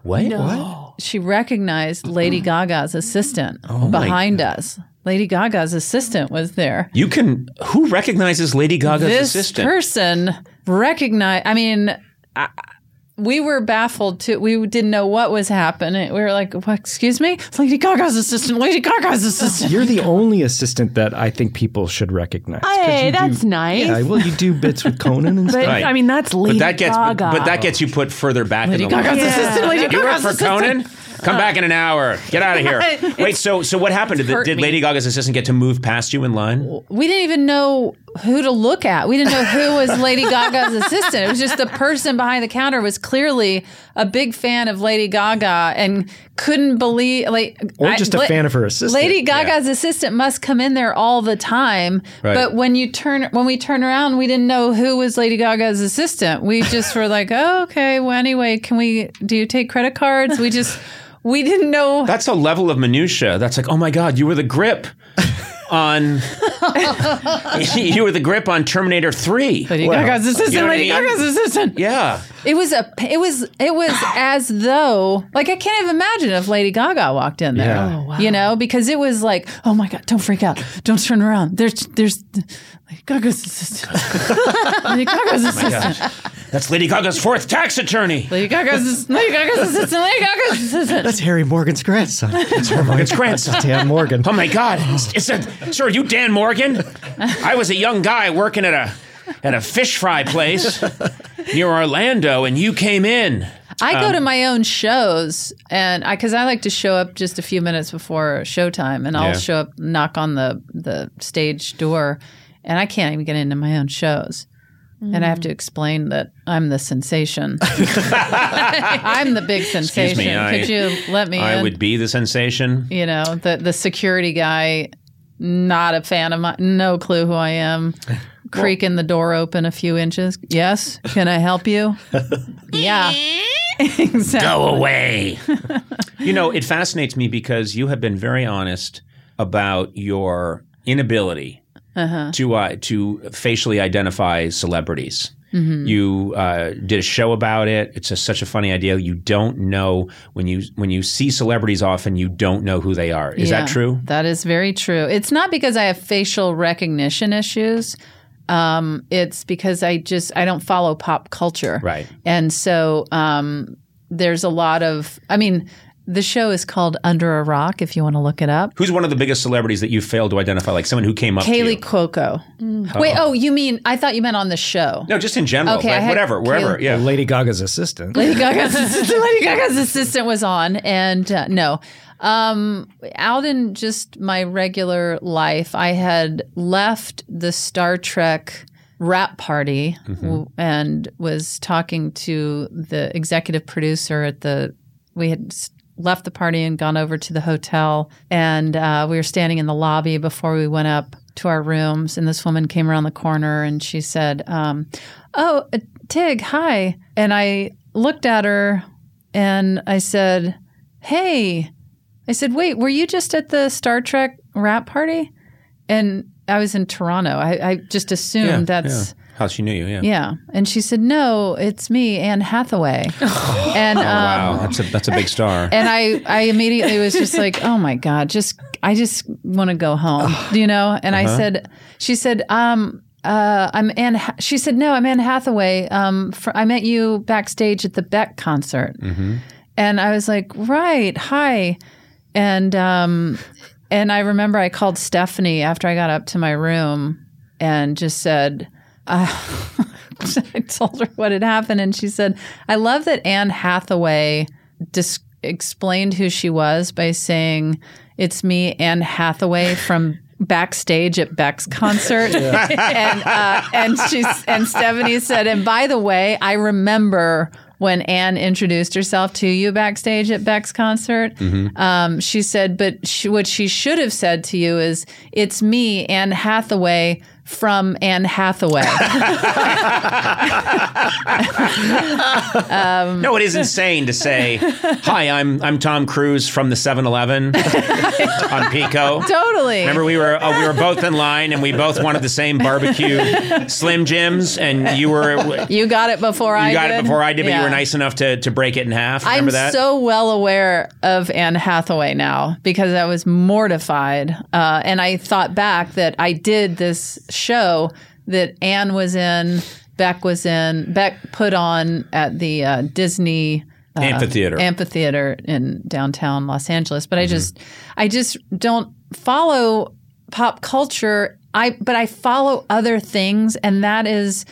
What?
She recognized Lady Gaga's assistant behind us. Lady Gaga's assistant was there
You can who recognizes Lady Gaga's
this
assistant?
person recognized. I mean, I, we were baffled too. We didn't know what was happening. We were like, what, "Excuse me, it's Lady Gaga's assistant. Lady Gaga's assistant."
You're the only assistant that I think people should recognize. 'cause
Hey,
you do-
that's nice.
Yeah, well, you do bits
[LAUGHS]
with Conan and
But
stuff.
Right.
I mean, that's Lady
but that gets but,
Gaga.
but that gets you put further back
Lady
in the line.
Gaga's
Yeah.
assistant. Lady
You work
Gaga's
for
assistant.
Conan? Come back in an hour. Get out of here. Wait, so so what happened? Did,
hurt
did
me.
Lady Gaga's assistant get to move past you in line?
We didn't even know who to look at. We didn't know who was Lady Gaga's assistant. It was just the person behind the counter was clearly a big fan of Lady Gaga and couldn't believe like
Or
I-
just a
la-
fan of her assistant.
Lady Gaga's assistant must come in there all the time.
Right.
But when you turn when we turn around, we didn't know who was Lady Gaga's assistant. We just were like, [LAUGHS] oh, okay. Well, anyway, can we? Do you take credit cards? We just we didn't know.
That's a level of minutia. That's like, oh my god, you were the grip on [LAUGHS] you were the grip on Terminator Three.
Lady Gaga's assistant.
you know what I
Lady
mean?
Gaga's assistant.
Yeah,
It was a. It was. It was as though like I can't even imagine if Lady Gaga walked in there.
Yeah.
Oh, wow. You know, because it was like, oh my god, don't freak out, don't turn around. There's there's Lady Gaga's assistant. Lady Gaga's assistant.
that's Lady Gaga's fourth tax attorney.
Lady Gaga's Lady Gaga's assistant. Lady Gaga's assistant.
That's Harry Morgan's grandson. It's her
It's grandson.
Dan Morgan.
Oh my God! It's, it's a, sir, are you Dan Morgan? I was a young guy working at a at a fish fry place near Orlando, and you came in.
I go
Um,
to my own shows and I because I like to show up just a few minutes before showtime, and I'll
Yeah.
show up, knock on the the stage door, and I can't even get into my own shows. And I have to explain that I'm the
[LAUGHS]
sensation. I'm the big sensation.
me, I-
Could you let me
I
in?
would be the sensation.
you know, the the security guy, not a fan of my, no clue who
[LAUGHS]
I am, creaking the door open a few inches. Yes, can I
[LAUGHS]
help you? yeah, [LAUGHS] exactly.
Go away.
[LAUGHS] You know, it fascinates me because you have been very honest about your inability
Uh-huh.
to uh, to facially identify celebrities.
Mm-hmm.
You uh, did a show about it. It's just such a funny idea. You don't know when you when you see celebrities often, you don't know who they are. Is
Yeah,
that true?
That is very true. It's not because I have facial recognition issues. Um, it's because I just I don't follow pop culture.
Right.
And so um, there's a lot of I mean, the show is called Under a Rock if you want to look it up.
Who's one of the biggest celebrities that you failed to identify? Like someone who came up to you? Mm.
Kaylee Cuoco. Wait, oh, you mean I thought you meant on the show.
No, just in general.
Okay,
like,
I had
whatever, wherever.
Kaylee-
Yeah.
Lady
[LAUGHS]
Gaga's assistant.
Lady Gaga's assistant, Lady Gaga's assistant was on, and uh, no, um, out in just my regular life, I had left the Star Trek rap party w- and was talking to the executive producer at the. We had s- left the party and gone over to the hotel, and uh, we were standing in the lobby before we went up to our rooms, and this woman came around the corner and she said, um, "Oh, uh, Tig, hi." And I looked at her and I said, "Hey." I said, "Wait, were you just at the Star Trek rap party?" And I was in Toronto. I, I just assumed
Yeah,
that's
How she knew you, yeah.
yeah. And she said, "No, it's me,
[LAUGHS]
Anne Hathaway." and
Oh,
um,
Wow, that's a that's a big star.
[LAUGHS] and I, I immediately was just like, oh my God, just, I just want to go home, you know? And I said, she said, um, uh, I'm Anne, ha-. she said, no, I'm Anne Hathaway. Um, fr I met you backstage at the Beck concert. And I was like, right, hi. And, um, and I remember I called Stephanie after I got up to my room and just said, [LAUGHS] I told her what had happened, and she said, "I love that Anne Hathaway dis- explained who she was by saying it's me, Anne Hathaway from." Backstage at Beck's concert, [LAUGHS] and uh, and she and Stephanie said, and by the way, I remember when Anne introduced herself to you backstage at Beck's concert. Um, she said, but she, what she should have said to you is, "It's me, Anne Hathaway from Anne Hathaway." [LAUGHS]
no, it is insane to say,
[LAUGHS]
"Hi, I'm I'm Tom Cruise from the 7-Eleven on Pico."
Totally.
Remember, we were uh, we were both in line, and we both wanted the same barbecue
[LAUGHS]
Slim Jims, and you were you
you got it before I
got
did.
it before I did, but you
Yeah.
were nice enough to to break it in half.
I'm
Remember that?
so well aware of Anne Hathaway now because I was mortified. Uh, and I thought back that I did this show that Anne was in, Beck was in, Beck put on at the uh, Disney
Amphitheater.
amphitheater in downtown Los Angeles. But I just I just don't follow pop culture. I but I follow other things and that is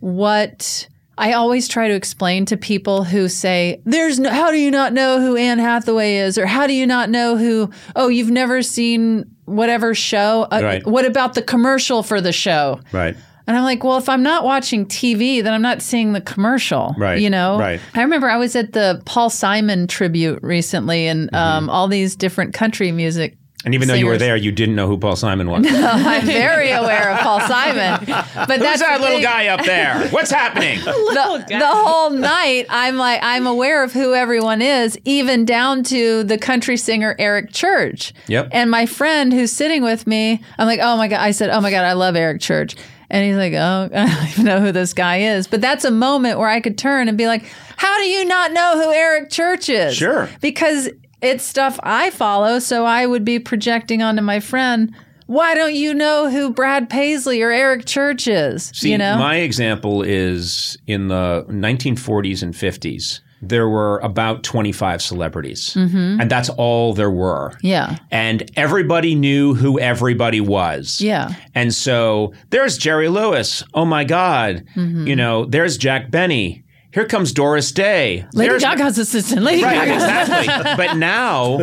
what I always try to explain to people who say, "There's no, how do you not know who Anne Hathaway is, or how do you not know who? Oh, you've never seen whatever show. Uh,
Right.
What about the commercial for the show?
right.
And I'm like, well, if I'm not watching TV, then I'm not seeing the commercial.
Right,
You know?
right.
I remember I was at the Paul Simon tribute recently and
Mm-hmm.
um, all these different country music.
And even though you were
singers.
there, you didn't know who Paul Simon
[LAUGHS]
was.
I'm very aware of
[LAUGHS]
Paul Simon. But
Who's
that's
that
the
little
thing.
guy up there? What's
[LAUGHS]
happening?
the, the whole night i'm like i'm aware of who everyone is even down to the country singer eric church
Yep.
and my friend who's sitting with me i'm like oh my god i said oh my god i love eric church and he's like oh [LAUGHS] i don't even know who this guy is but that's a moment where i could turn and be like how do you not know who eric church is
Sure.
because it's stuff i follow so i would be projecting onto my friend why don't you know who Brad Paisley or Eric Church is?
See,
you know,
my example is in the 1940s and 50s. There were about 25 celebrities, and that's all there were.
Mm-hmm. yeah,
And everybody knew who everybody was.
yeah.
And so there's Jerry Lewis. Oh my God.
Mm-hmm.
You know, there's Jack Benny. Here comes Doris Day.
Lady
There's-
Gaga's assistant. Lady
Right, [LAUGHS]
Gaga.
exactly. but now,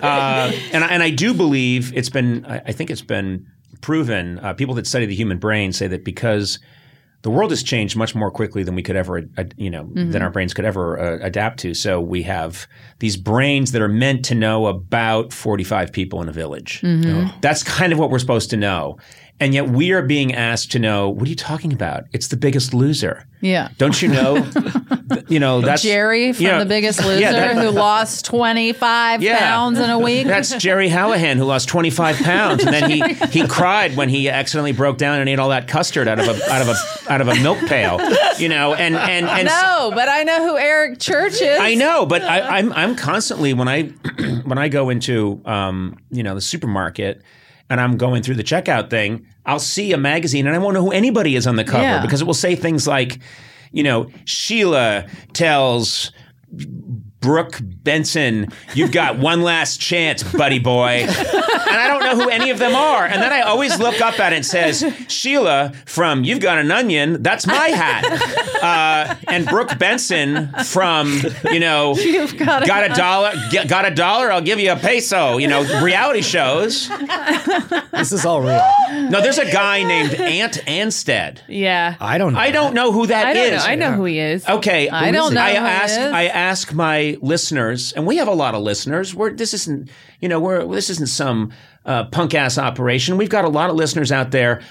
uh, and I, and I do believe it's been. I, I think it's been proven. Uh, people that study the human brain say that because the world has changed much more quickly than we could ever, uh, you know,
Mm-hmm.
than our brains could ever uh, adapt to. So we have these brains that are meant to know about 45 people in a village.
Mm-hmm.
Oh. That's kind of what we're supposed to know. And yet we are being asked to know, what are you talking about? It's the biggest loser.
Yeah.
Don't you
[LAUGHS]
know? th- you know, that's
Jerry from
[LAUGHS] yeah.
The Biggest Loser
that-
who lost 25
Yeah.
pounds in a week.
That's Jerry Hallahan who lost 25 pounds, and then he, he cried when he accidentally broke down and ate all that custard out of a out of a out of a milk pail, you know. And and and
no, but I know who Eric Church is.
I know, but I, I'm I'm constantly when I [CLEARS THROAT] when I go into um, you know the supermarket and I'm going through the checkout thing, I'll see a magazine and I won't know who anybody is on the cover
Yeah.
because it will say things like, you know, Sheila tells. Brooke Benson, you've got one last chance, buddy boy. and I don't know who any of them are. And then I always look up at it and says, Sheila from You've Got an Onion, that's my hat. Uh, and Brooke Benson from, you know,
You've got,
got a dollar, g- got a dollar, I'll give you a peso, you know, reality shows.
This is all real.
No, there's a guy named Ant Anstead.
Yeah.
I don't know.
I don't know who that
I
is. Oh,
don't know. I know who he is.
Okay,
I don't know
I
who it
ask,
is.
I ask my listeners, and we have a lot of listeners. We're this isn't, you know, we're this isn't some uh, punk ass operation. We've got a lot of listeners out there.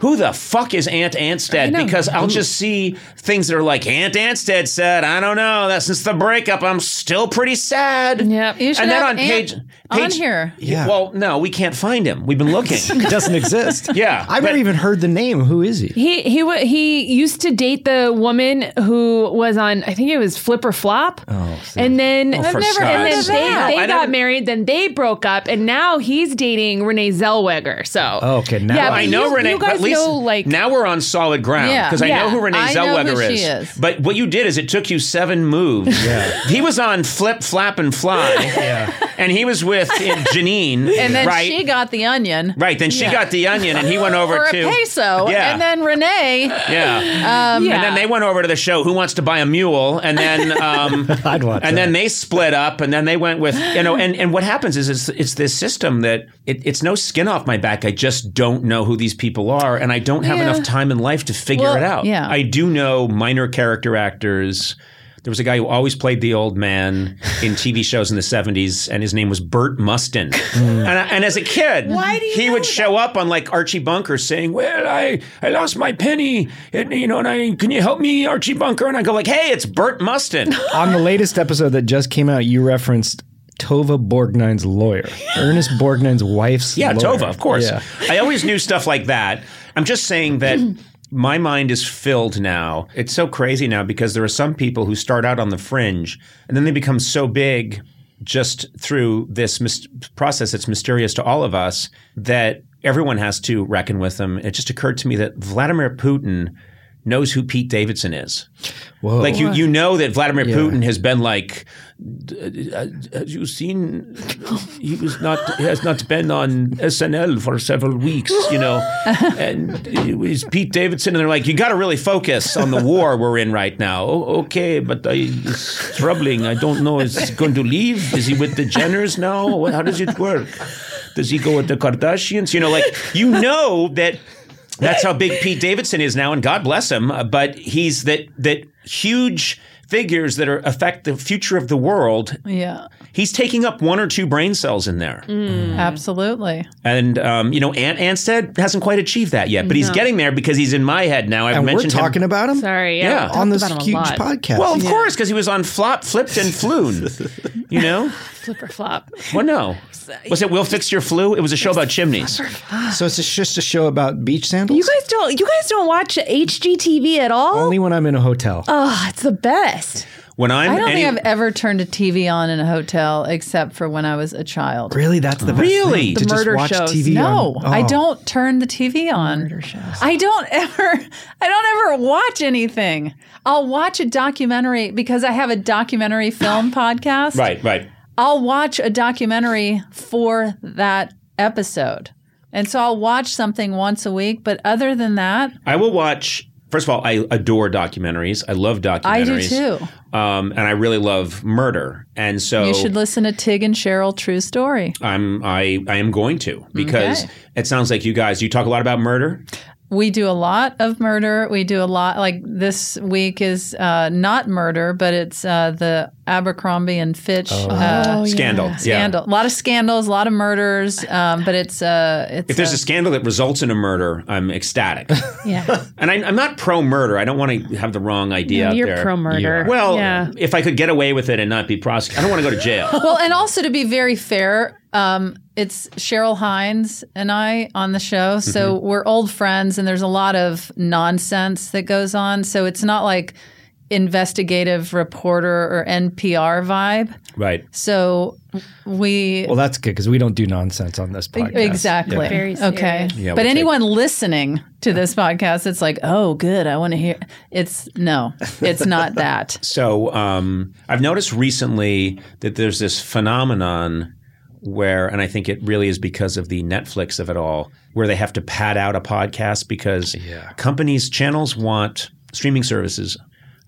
Who the fuck is Aunt Anstead? Because
Mm.
I'll just see things that are like Aunt Anstead said, "I don't know that since the breakup, I'm still pretty sad."
Yep.
You should
And then
have
on
Ant
page,
on
page
here.
Yeah.
Well, no, we can't find him. We've been
[LAUGHS]
looking.
It doesn't exist.
[LAUGHS] Yeah,
I've
but-
never even heard the name. Who is he?
He he wa- he used to date the woman who was on I think it was Flip or Flop. Oh, and then
for
and
Scott's
then
sake.
they,
No,
they
I
got
don't-
married. Then they broke up, and now he's dating Renee Zellweger. So
Oh, okay, now
yeah,
I
but
I know
you,
Renee.
You guys
but at least
know like
now we're on solid ground
Yeah.
because I know
Yeah.
who Renee
I know
Zellweger
who she
is.
is.
But what you did is it took you seven moves. Yeah. he was on Flip, Flap, and Fly. yeah. And he was with uh, Janine.
And then
right?
she got the onion
Right. Then she got the onion, and he went over
for a
to
peso.
Yeah.
And then Renee. [LAUGHS] um,
yeah.
yeah.
And then they went over to the show. Who wants to buy a mule? And then,
[LAUGHS]
um,
I'd watch.
and
that.
then they split up. And then they went with you know. And, and what happens is it's, it's this system that it, it's no skin off my back. I just don't know who these people are, and I don't have enough time in life to figure
Well,
it out.
yeah.
I do know minor character actors. There was a guy who always played the old man in TV shows in the 70s, and his name was Burt Mustin.
Mm.
and, I- and as a kid, he would show up on like Archie Bunker saying, Well, I, I lost my penny. And, you know, and I, can you help me, Archie Bunker? And I go, like, Hey, it's Burt
[LAUGHS]
Mustin.
on the latest episode that just came out, you referenced Tova Borgnine's lawyer, Ernest Borgnine's wife's.
Yeah,
lawyer.
Tova, of course.
Yeah.
I always knew stuff like that. I'm just saying that my mind is filled now. It's so crazy now because there are some people who start out on the fringe and then they become so big just through this mis- process that's mysterious to all of us that everyone has to reckon with them. It just occurred to me that Vladimir Putin knows who Pete Davidson is.
Whoa.
Like you, you know that Vladimir Putin has been like, uh, as you've seen, he was not he has not been on SNL for several weeks, you know, and it was Pete Davidson, and they're like, you got to really focus on the war we're in right now. "Oh, okay, but I, it's troubling. I don't know. Is he going to leave? Is he with the Jenners now? What- How does it work? Does he go with the Kardashians? You know, like you know that that's how big Pete Davidson is now, and God bless him. uh, But he's that that huge figures that are affect the future of the world.
Yeah.
He's taking up one or two brain cells in there,
Mm. Absolutely.
and um, you know, Ant Anstead hasn't quite achieved that yet, but he's getting there because he's in my head now. I've
and we're
mentioned him-
talking about him
sorry
Yeah.
yeah, we
on
talked
this
about him a
huge
lot.
podcast.
Well, of course, because he was on Flop, Flipped, and Floon. you know,
Flip or Flop.
well,
[LAUGHS]
no, was it? We'll fix your flu. It was a show about chimneys.
so it's just a show about beach sandals.
You guys don't. You guys don't watch HGTV at all.
Only when I'm in a hotel.
oh, it's the best.
When I'm,
I don't
any-
think I've ever turned a TV on in a hotel except for when I was a child.
really, that's the best
Really?
thing, to
The
just
murder
watch
shows.
TV.
No,
on-
I
Oh.
don't turn the TV on. I don't ever [LAUGHS] I don't ever watch anything. I'll watch a documentary because I have a documentary
[LAUGHS]
film podcast.
right, right.
I'll watch a documentary for that episode. And so I'll watch something once a week, but other than that,
I will watch. First of all, I adore documentaries. I love documentaries.
I do too.
Um, and I really love murder. And so
Oh.
You should listen to Tig and Cheryl True Story.
I'm I I am going to because
Okay.
it sounds like you guys you talk a lot about murder.
we do a lot of murder. We do a lot, like this week is uh, not murder, but it's uh, the Abercrombie and Fitch uh,
Scandal. Oh. Yeah.
scandal. A lot of scandals, a lot of murders, um, but it's, uh, it's
If there's
uh,
a scandal that results in a murder, I'm ecstatic.
[LAUGHS] yeah.
and I, I'm not pro murder. I don't want to have the wrong idea out
You're
there.
pro murder.
Well,
yeah.
if I could get away with it and not be prosecuted, I don't want to go to
[LAUGHS]
jail.
well, and also to be very fair, um, it's Cheryl Hines and I on the show, so
Mm-hmm.
we're old friends, and there's a lot of nonsense that goes on. So it's not like investigative reporter or NPR vibe.
right.
So we
Well, that's good because we don't do nonsense on this podcast.
exactly
Very
okay.
Yeah,
but
we'll
anyone listening to this podcast, it's like, oh, good, I want to hear. It's no, it's
[LAUGHS]
not that.
So um, I've noticed recently that there's this phenomenon where, and I think it really is because of the Netflix of it all, where they have to pad out a podcast because companies, channels want streaming services.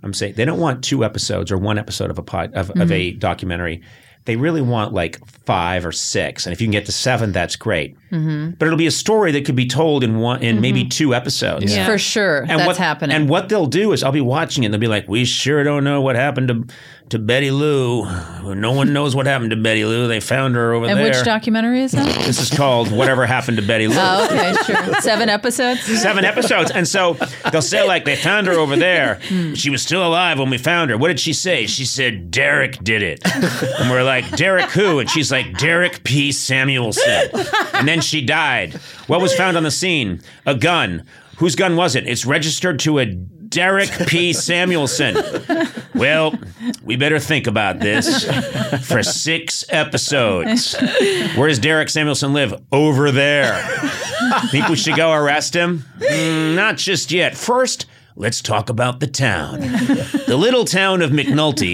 I'm saying they don't want two episodes or one episode of a pod, of, of a documentary. They really want like five or six, and if you can get to seven, that's great. But it'll be a story that could be told in one in maybe two episodes
For sure, that's
what,
happening.
And what they'll do is I'll be watching it and they'll be like, We sure don't know what happened to to Betty Lou. No one knows what happened to Betty Lou. They found her over
and
there.
which documentary
[LAUGHS]
is that?
this is called Whatever Happened to
[LAUGHS]
Betty Lou.
Oh, okay, sure.
[LAUGHS]
Seven episodes.
Seven episodes. And so they'll say, like, they found her over there. She was still alive when we found her. What did she say? She said, Derek did it. And we're like, Derek who? And she's like, Derek P. Samuelson. And then she died. What was found on the scene? A gun. Whose gun was it? It's registered to a Derek P. Samuelson. Well, we better think about this for six episodes. Where does Derek Samuelson live? Over there. Think we should go arrest him? Mm, not just yet. First, let's talk about the town. The little town of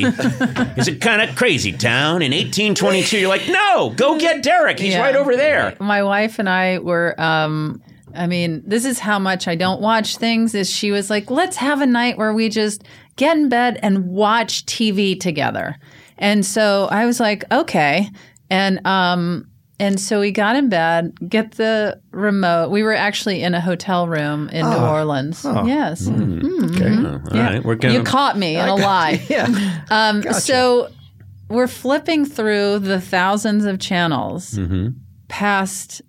McNulty is a kind of crazy town. In 1822, you're like, no, go get Derek. He's
Yeah.
right over there.
my wife and I were um I mean, this is how much I don't watch things is she was like, "Let's have a night where we just get in bed and watch TV together." And so I was like, "Okay." And um and so we got in bed, get the remote. We were actually in a hotel room in New Orleans. Yes.
Uh, All right, we're
Mm-hmm. You
going to.
caught me in a lie.
[LAUGHS]
[LAUGHS]
Yeah.
Um, So we're flipping through the thousands of channels
Mm-hmm.
past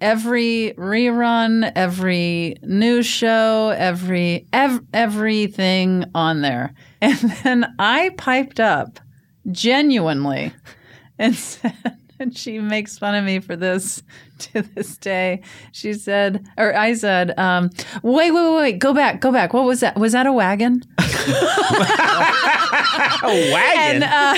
every rerun, every news show, every ev- everything on there. [LAUGHS] And then I piped up genuinely and [LAUGHS] said, and she makes fun of me for this [LAUGHS] to this day. She said, or I said, um, wait, wait, wait, wait, go back, go back. What was that? Was that a wagon?
A wagon.
and uh,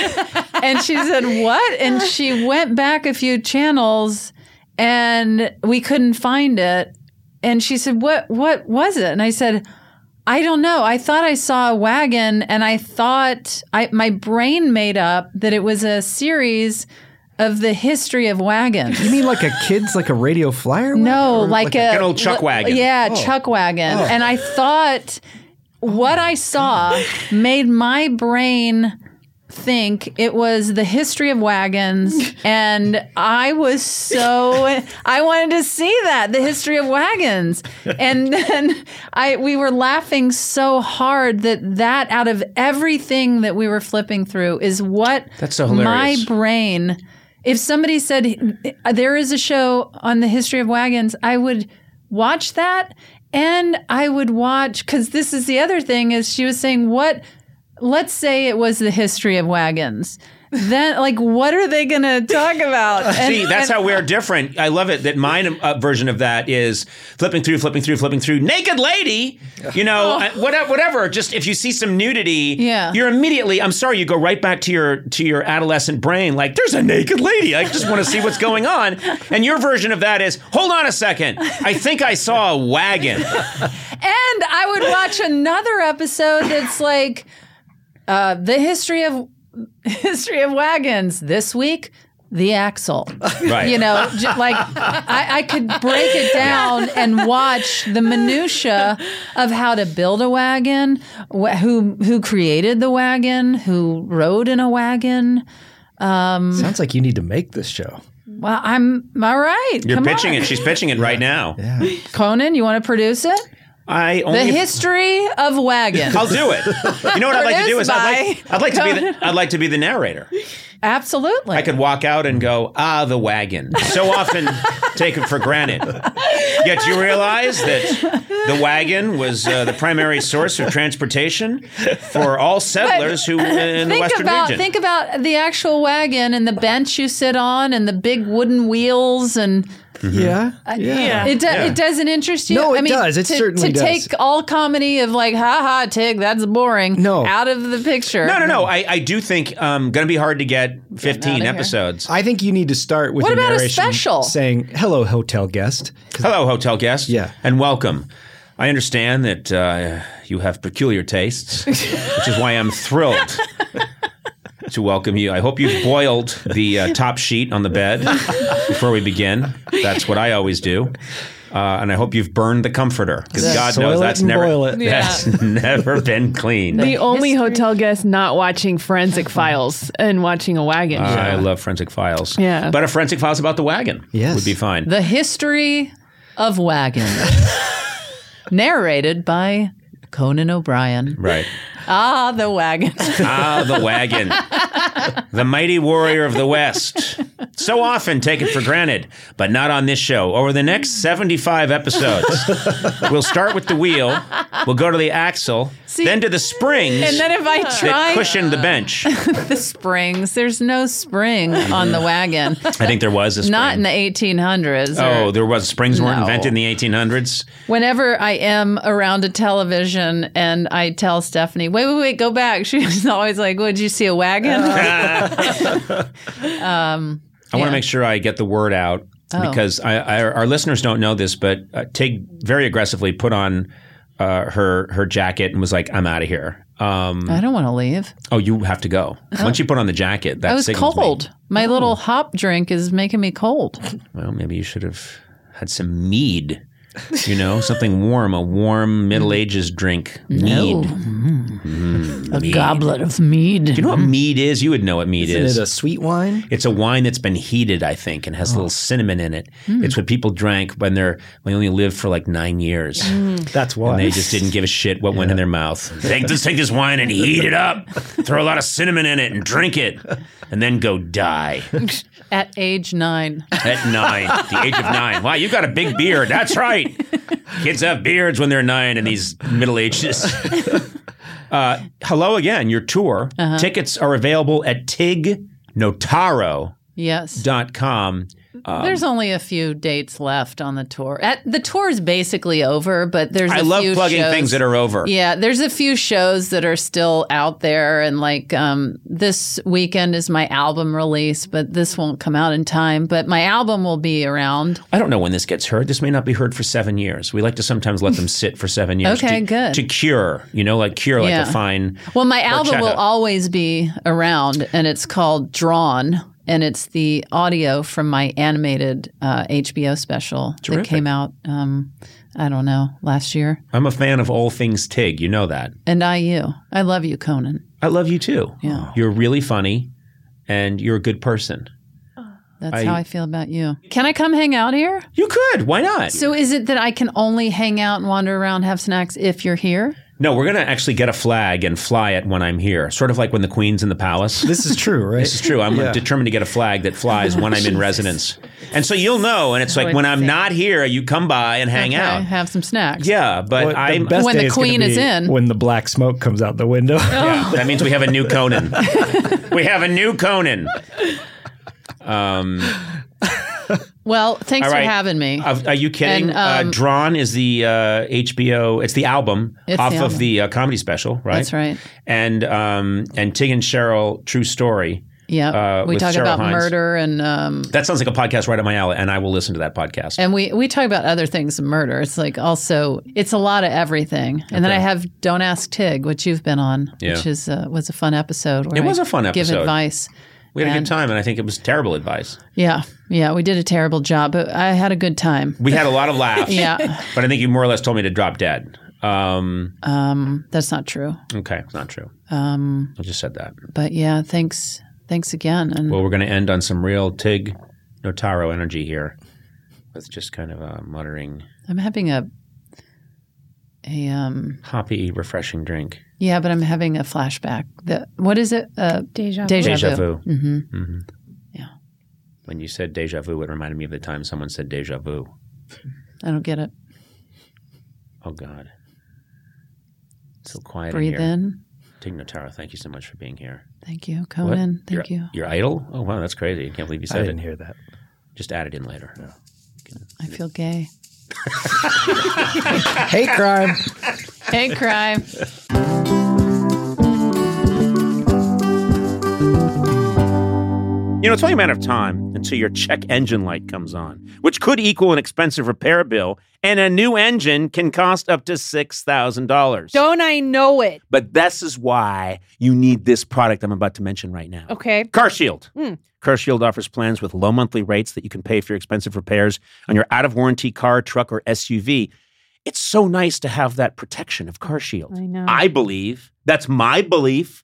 and she said what and she went back a few channels and we couldn't find it and she said what what was it and i said i don't know i thought i saw a wagon and i thought i my brain made up that it was a series of the history of wagons
You mean like a kid's, like a radio flyer?
no,
Or
like, a
an old chuck
li-
wagon. Oh.
Yeah, chuck wagon. And I thought what I saw made my brain think it was the history of
[LAUGHS]
wagons and I was so I wanted to see that the history of wagons and [LAUGHS] then I we were laughing so hard that that out of everything that we were flipping through is what
That's so hilarious.
my brain. If somebody said there is a show on the history of wagons, I would watch that and I would watch cuz this is the other thing is she was saying what let's say it was the history of wagons. Then like what are they going to talk about? And-
[LAUGHS] See, that's
and- uh,
how we're different. I love it that my uh, version of that is flipping through, flipping through, flipping through. Naked lady, you know, uh, whatever, whatever. Just if you see some nudity,
Oh. Yeah.
you're immediately. I'm sorry, you go right back to your to your adolescent brain. Like, there's a naked lady. I just want to see what's going on. And your version of that is, hold on a second. I think I saw a wagon.
And I would watch another episode that's like uh, the history of history of wagons this week. The [LAUGHS] axle,
Right.
you know, j- like I, I could break it down and watch the minutia of how to build a wagon, wh- who who created the wagon, who rode in a wagon.
Sounds like you need to make this show.
Well, I'm all right.
You're
Come
pitching
on.
it. She's pitching it right now.
Conan, you want to produce it?
I
The
only.
history of wagons.
I'll do it. You know what I'd like to do is I'd
[LAUGHS]
like, I'd like to be the, I'd like to be the narrator.
Absolutely.
I could walk out and go, ah, the wagon. So
[LAUGHS]
often taken for granted. Yet you realize that the wagon was uh, the primary source of transportation for all settlers who in the
think
Western
about
region.
think about the actual wagon and the bench you sit on and the big wooden wheels and
Yeah.
Uh,
Yeah.
it do, it doesn't interest you.
No, it
I mean,
does. It
to,
certainly
to
does.
take all comedy of like ha ha Tig that's boring
No.
out of the picture.
no, no, no. I, I do think um, going to be hard to get 15
here.
episodes.
I think you need to start with
What
the
about a
narration
special?
saying hello hotel guest. 'Cause-
Hello, hotel guest.
Yeah.
And welcome. I understand that uh, you have peculiar tastes, which is why I'm thrilled to welcome you. I hope you've boiled the uh, top sheet on the bed before we begin. That's what I always do. Uh, and I hope you've burned the comforter because
Yeah.
God
Soil
knows
it
that's
and
never
boil it.
that's [LAUGHS] never been clean.
The only
History.
hotel guest not watching Forensic Files and watching a wagon.
Uh, I love forensic files.
Yeah.
but a forensic files about the wagon
Yes.
would be fine.
The history of
[LAUGHS]
wagon, narrated by Conan O'Brien.
right.
Ah, the wagon.
Ah, the wagon. the mighty warrior of the West. So often taken for granted, but not on this show. Over the next 75 episodes, we'll start with the wheel, we'll go to the axle, then to the springs
[LAUGHS] and then if I
that
try
cushioned the bench. I
the springs, there's no spring on the wagon.
think there was a spring.
Not in the 1800s. or-
Oh, there was. Springs weren't
No.
invented in the 1800s.
Whenever I am around a television and I tell Stephanie, wait, wait, wait, go back, [LAUGHS] she's always like, would you see a wagon? [LAUGHS]
I want
Um, Yeah. Oh.
to make sure I get the word out because I, I, our listeners don't know this, but uh, Tig very aggressively put on uh, her her jacket and was like, "I'm out of here." Um,
I don't want to leave.
Oh, you have to go. Once you put on the jacket, that
Uh-huh. I was
signals me. Oh.
cold. My little hop drink is making me cold.
Well, maybe you should have had some mead. You know, something warm, a warm Middle
Mm.
Ages drink. Mead.
A goblet of mead.
Do you know what mead is? You would know what mead
Isn't
is.
it a sweet wine?
it's a wine that's been heated, I think, and has a little cinnamon in it. It's what people drank when they're when they only lived for like nine years.
That's why.
And they
[LAUGHS]
just didn't give a shit what went in their mouth. Take this, take this wine and heat it up. Throw a lot of cinnamon in it and drink it, and then go die.
At age nine.
At nine, the age of nine. Wow, you got a big beard. That's right. Kids have beards when they're nine in these middle ages. Uh, hello again, your tour. Tickets are available at tignotaro.com.
Yes. there's only a few dates left on the tour. At, the tour is basically over, but there's
I
a
love
few
plugging
shows.
things that are over.
Yeah, there's a few shows that are still out there, and like um, this weekend is my album release, but this won't come out in time. But my album will be around.
I don't know when this gets heard. This may not be heard for seven years. We like to sometimes let
[LAUGHS]
them sit for seven years.
Okay,
to,
good.
To cure, you know, like cure, like
Yeah.
a fine.
Well, my album will
Porchetta.
always be around, and it's called Drawn, and it's the audio from my animated uh, HBO special that came out. Um, I don't know last year.
I'm a fan of all things Tig. You know that.
And I, you, I love you, Conan.
I love you too.
Yeah.
You're really funny, and you're a good person.
That's
I-
how I feel about you. Can I come hang out here?
You could. Why not?
So is it that I can only hang out and wander around, have snacks if you're here?
no, we're gonna actually get a flag and fly it when I'm here. Sort of like when the Queen's in the palace.
[LAUGHS]
This is true, right?
This is true. I'm determined to get a flag that flies
[LAUGHS]
when I'm in residence. And so you'll know. And it's like when I'm not here, you come by and hang
Okay,
out.
have some snacks.
Yeah, but
Well, the
I'm
best
When
day
the
gonna
queen is
be
in. Oh.
When the black smoke comes out the
[LAUGHS]
window.
Yeah, that means we have a new Conan. we have a new Conan. Um,
Well, thanks
All right.
for having me.
are are you kidding?
And, um,
uh, Drawn is the uh, HBO. It's the album
It's the
off
album.
of the uh, comedy special, right?
That's right.
And um, and Tig and Cheryl, True Story.
Yeah,
uh,
we
with
talk
Cheryl
about
Hines.
murder and um,
That sounds like a podcast right up my alley, and I will listen to that podcast.
and we we talk about other things than murder. It's like also it's a lot of everything. And then I have Don't Ask Tig, which you've been on,
Yeah.
which is uh, was a fun episode. Where
It was
I
a fun
Give
episode.
advice.
we had a
and-
good time, and I think it was terrible advice.
Yeah, yeah, we did a terrible job, but I had a
[LAUGHS]
good time.
We had a
[LAUGHS]
lot of laughs.
Yeah,
but I think you more or less told me to drop dead. Um,
that's not true.
okay, it's not true. I just said that.
But yeah, thanks, thanks again. And
Well, we're going to end on some real Tig no Taro energy here. With just kind of a muttering,
I'm having a a um
hoppy, refreshing drink.
yeah, but I'm having a flashback. The what is it? Uh,
Deja.
deja,
Deja
vu.
vu. Mm-hmm.
hmm Yeah.
When you said deja vu, it reminded me of the time someone said deja vu.
I don't get it.
Oh God. It's so quiet
Breathe
in here.
in.
Tig Notaro, thank you so much for being here.
Thank you. Come
What?
in. Thank
You're-
you.
You're idle? Oh wow, that's crazy. I can't believe you
I
said
didn't
it.
hear that.
Just add it in later.
I feel gay.
Hate
[COUGHS]
crime.
Hey, crime.
You know, it's only a matter of time until your check engine light comes on, which could equal an expensive repair bill, and a new engine can cost up to $6,000.
Don't I know it?
But this is why you need this product I'm about to mention right now.
Okay.
Car Shield.
Mm.
Car Shield offers plans with low monthly rates that you can pay for your expensive repairs on your out of warranty car, truck, or SUV. It's so nice to have that protection of Car Shield.
I know.
I believe. That's my belief.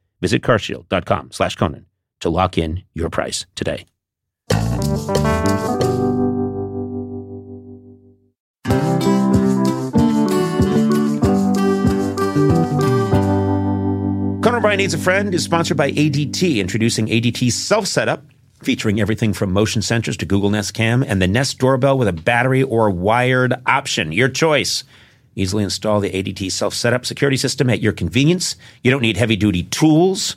Visit carshield.com slash Conan to lock in your price today.
Conan O'Brien Needs a Friend is sponsored by ADT, introducing ADT Self Setup, featuring everything from motion sensors to Google Nest Cam and the Nest doorbell with a battery or wired option. Your choice. Easily install the ADT Self Setup security system at your convenience. You don't need heavy duty tools.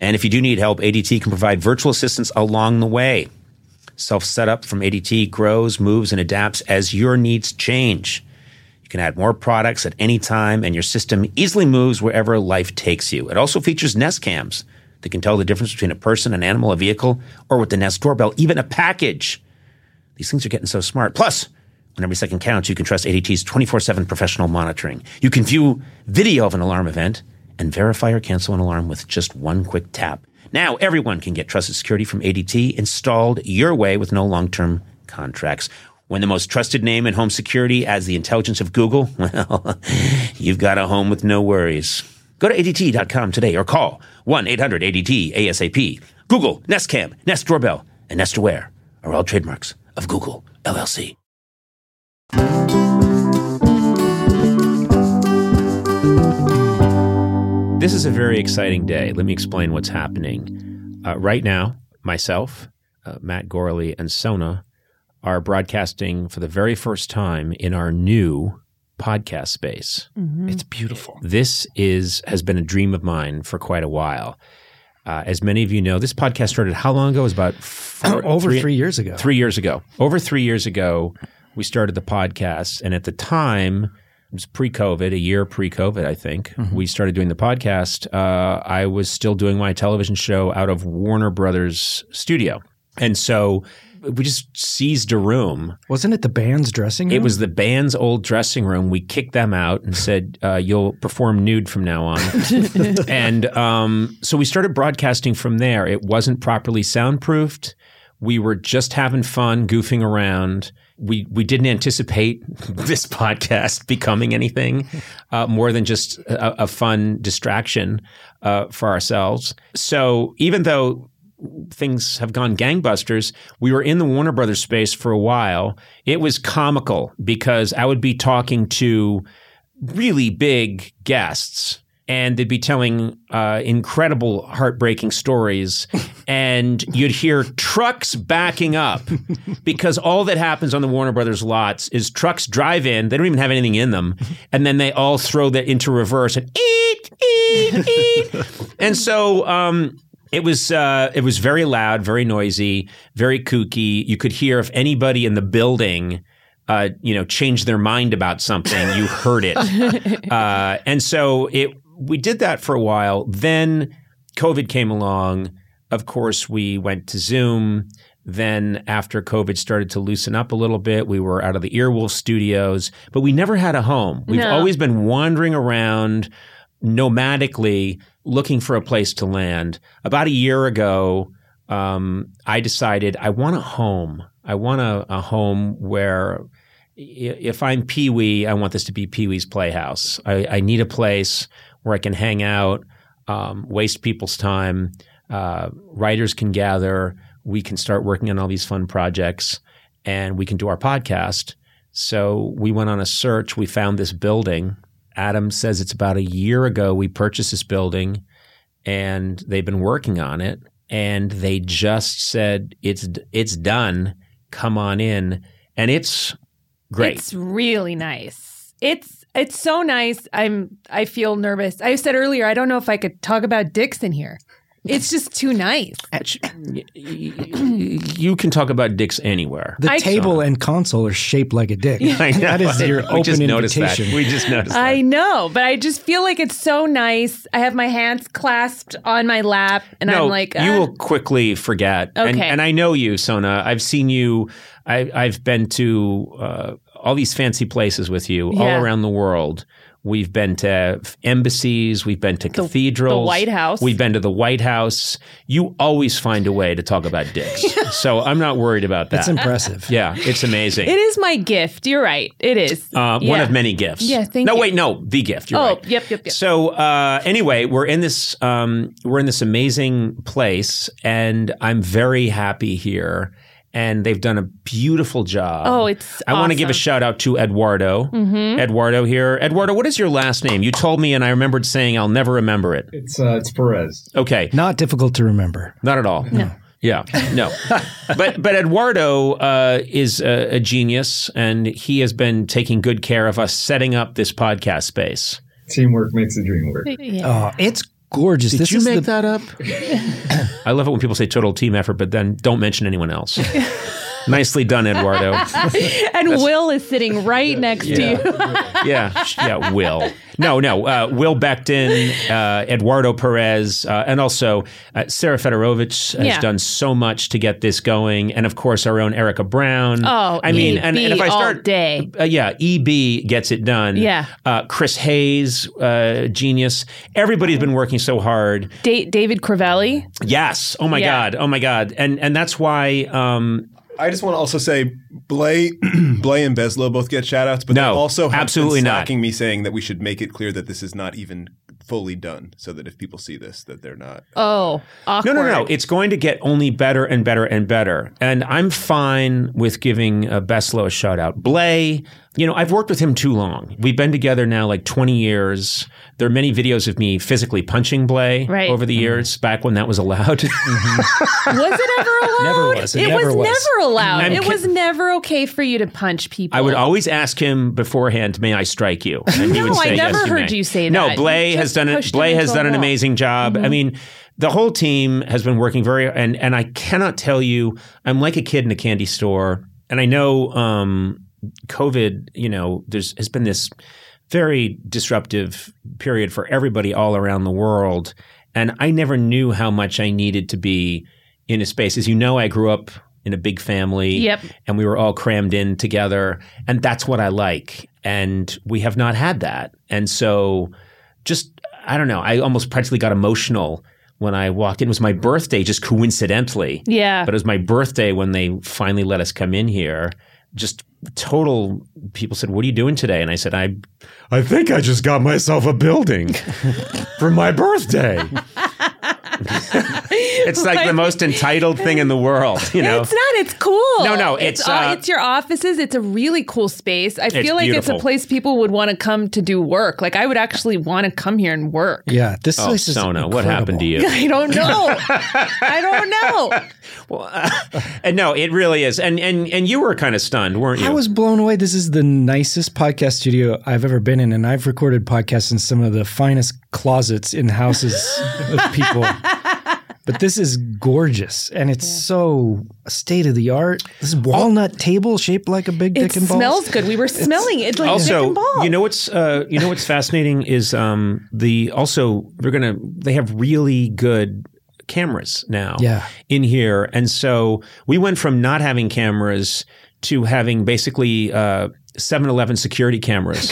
And if you do need help, ADT can provide virtual assistance along the way. Self setup from ADT grows, moves, and adapts as your needs change. You can add more products at any time, and your system easily moves wherever life takes you. It also features Nest cams that can tell the difference between a person, an animal, a vehicle, or with the Nest doorbell, even a package. These things are getting so smart. Plus, when every second counts, you can trust ADT's 24 7 professional monitoring. You can view video of an alarm event and verify or cancel an alarm with just one quick tap. Now, everyone can get trusted security from ADT installed your way with no long term contracts. When the most trusted name in home security as the intelligence of Google, [LAUGHS] well, you've got a home with no worries. Go to ADT.com today or call 1 800 ADT ASAP. Google, Nest Cam, Nest Doorbell, and Nest Aware are all trademarks of Google LLC. This is a very exciting day. Let me explain what's happening. Uh, right now, myself, uh, Matt Gorley, and Sona are broadcasting for the very first time in our new podcast space.
It's beautiful.
This is has been a dream of mine for quite a while. Uh, as many of you know, this podcast started how long ago? It was about four,
Over [CLEARS THROAT] three, years ago.
three years ago. Over three years ago, we started the podcast, and at the time, it was pre-COVID, a year pre-COVID, I think. We started doing the podcast. Uh, I was still doing my television show out of Warner Brothers studio, and so we just seized a room
Wasn't it the band's dressing room?
it was the band's old dressing room. We kicked them out and said, uh, "You'll perform nude from now on." and um, so we started broadcasting from there. It wasn't properly soundproofed. We were just having fun, goofing around. We we didn't anticipate [LAUGHS] this podcast becoming anything uh, more than just a, a fun distraction uh, for ourselves. So even though things have gone gangbusters. We were in the Warner Brothers space for a while. It was comical because I would be talking to really big guests and they'd be telling uh, incredible, heartbreaking stories, and you'd hear trucks backing up because all that happens on the Warner Brothers lots is trucks drive in, they don't even have anything in them, and then they all throw that into reverse and eat, eat, eat, and so. Um, it was uh, it was very loud, very noisy, very kooky. You could hear if anybody in the building, uh, you know, changed their mind about something, you heard it. uh, and so it we did that for a while. Then COVID came along. Of course, we went to Zoom. Then after COVID started to loosen up a little bit, we were out of the Earwolf Studios, but we never had a home. We've
No.
always been wandering around nomadically looking for a place to land. About a year ago, um, I decided I want a home. I want a, a home where i- if I'm Pee Wee, I want this to be Pee Wee's Playhouse. I, I need a place where I can hang out, um, waste people's time, uh, writers can gather, we can start working on all these fun projects, and we can do our podcast. So we went on a search. We found this building. Adam says it's about a year ago we purchased this building and they've been working on it and they just said it's it's done come on in and it's great
It's really nice. It's it's so nice. I'm I feel nervous. I said earlier I don't know if I could talk about dicks in here. It's just
[LAUGHS]
too nice.
you can talk about dicks anywhere
The
I-
table and console are shaped like
[LAUGHS]
a dick.
[LAUGHS] I know.
That is your
we
open
just noticed that.
invitation.
we just noticed that
I know, but I just feel like it's so nice. I have my hands clasped on my lap, and
no,
I'm like,
you
"Ah."
will quickly forget. And,
Okay.
and I know you, Sona. I've seen you. I, I've been to uh, all these fancy places with you
Yeah.
all around the world. We've been to embassies. We've been to cathedrals.
White House.
We've been to the White House. You always find a way to talk about
[LAUGHS]
dicks. so I'm not worried about that.
That's
[LAUGHS]
impressive.
yeah, it's amazing.
It is my gift. You're right. It is.
Uh, One
Yeah.
of many gifts.
Yeah, thank
no,
you.
wait, no, the gift. You're
Oh,
right.
yep, yep, yep.
So uh, anyway, we're in this um, we're in this amazing place, and I'm very happy here. And they've done a beautiful job.
Oh, it's
I want to give a
awesome. Mm-hmm.
shout out to Eduardo. Eduardo here. Eduardo, what is your last name? You told me, and I remembered saying I'll never remember it.
It's uh, it's Perez.
Okay,
Not difficult to remember.
not at all. No. Yeah,
[LAUGHS]
no. but but Eduardo uh, is a, a genius, and he has been taking good care of us, setting up this podcast space.
Teamwork makes the dream work.
Oh, it's gorgeous. this is the,
that up? I love it when people say total team effort, but then don't mention anyone
[LAUGHS]
else. Nicely done, Eduardo.
and Will is sitting right next to you.
yeah, sh- yeah. Will. No, no. Uh, Will Becton, uh, Eduardo Perez, uh, and also uh, Sarah Fedorovich has
Yeah.
done so much to get this going, and of course our own Erica Brown.
Oh,
I mean,
EB
and, and if I
all
start
day.
uh, yeah, EB gets it done.
Yeah.
Uh, Chris Hayes, uh, genius. Everybody's been working so hard.
Da- David Crivelli.
Yes. Oh my
Yeah.
God. Oh my God. And and that's why. Um,
I just want to also say Blay, [CLEARS THROAT] Blay and Beslow both get shout outs, but
No,
they also have
absolutely
been
not.
snacking me saying that we should make it clear that this is not even fully done so that if people see this that they're not
Oh,
no,
awkward.
no, no. It's going to get only better and better and better. And I'm fine with giving uh, Beslow a shout out. Blay, you know, I've worked with him too long. We've been together now like 20 years. There are many videos of me physically punching Blay
Right. Mm-hmm.
over the years, back when that was allowed. [LAUGHS]
Was it ever allowed?
Never was. It never
was,
was.
never allowed.
I'm
it
ki-
was never okay for you to punch people.
I would always ask him beforehand, "May I strike you?" And he
No,
would
I
say,
never
"Yes,
heard
may."
you say
No,
that.
Blay
You
has
just
done it.
pushed
Blay
him
has
into a
done an
wall. Mm-hmm.
amazing job. I mean, the whole team has been working very, and and I cannot tell you, I'm like a kid in a candy store, and I know um, COVID. You know, there's has been this very disruptive period for everybody all around the world, and I never knew how much I needed to be in a space. As you know, I grew up in a big family
Yep.
and we were all crammed in together. And that's what I like. And we have not had that. And so just, I don't know, I almost practically got emotional when I walked in. It was my birthday, just coincidentally.
Yeah.
But it was my birthday when they finally let us come in here. Just total people said, What are you doing today? And I said, I
[LAUGHS]
I think I just got myself a building for my birthday. It's like the most entitled thing in the world, you know.
It's not. It's cool.
No, no, it's,
o-
uh,
it's your offices. It's a really cool space. I
It's
feel like
beautiful.
it's a place people would want to come to do work. Like I would actually want to come here and work.
Yeah, this
oh,
place is
Sona, what happened to you?
[LAUGHS] I
[LAUGHS]
don't know. I don't know.
[LAUGHS]
And no, it really is. And and and you were kind of stunned, weren't you?
I was blown away. This is the nicest podcast studio I've ever been in, and I've recorded podcasts in some of the finest closets in houses
[LAUGHS]
of people. But this is gorgeous, and it's so state of the art. This walnut table shaped like a big
It
dick and ball.
smells good. We were smelling it like
also,
dick and balls.
you know what's uh, you know what's fascinating is um, the also we're gonna they have really good cameras now
Yeah.
in here, and so we went from not having cameras to having basically. Uh, 7-Eleven security cameras.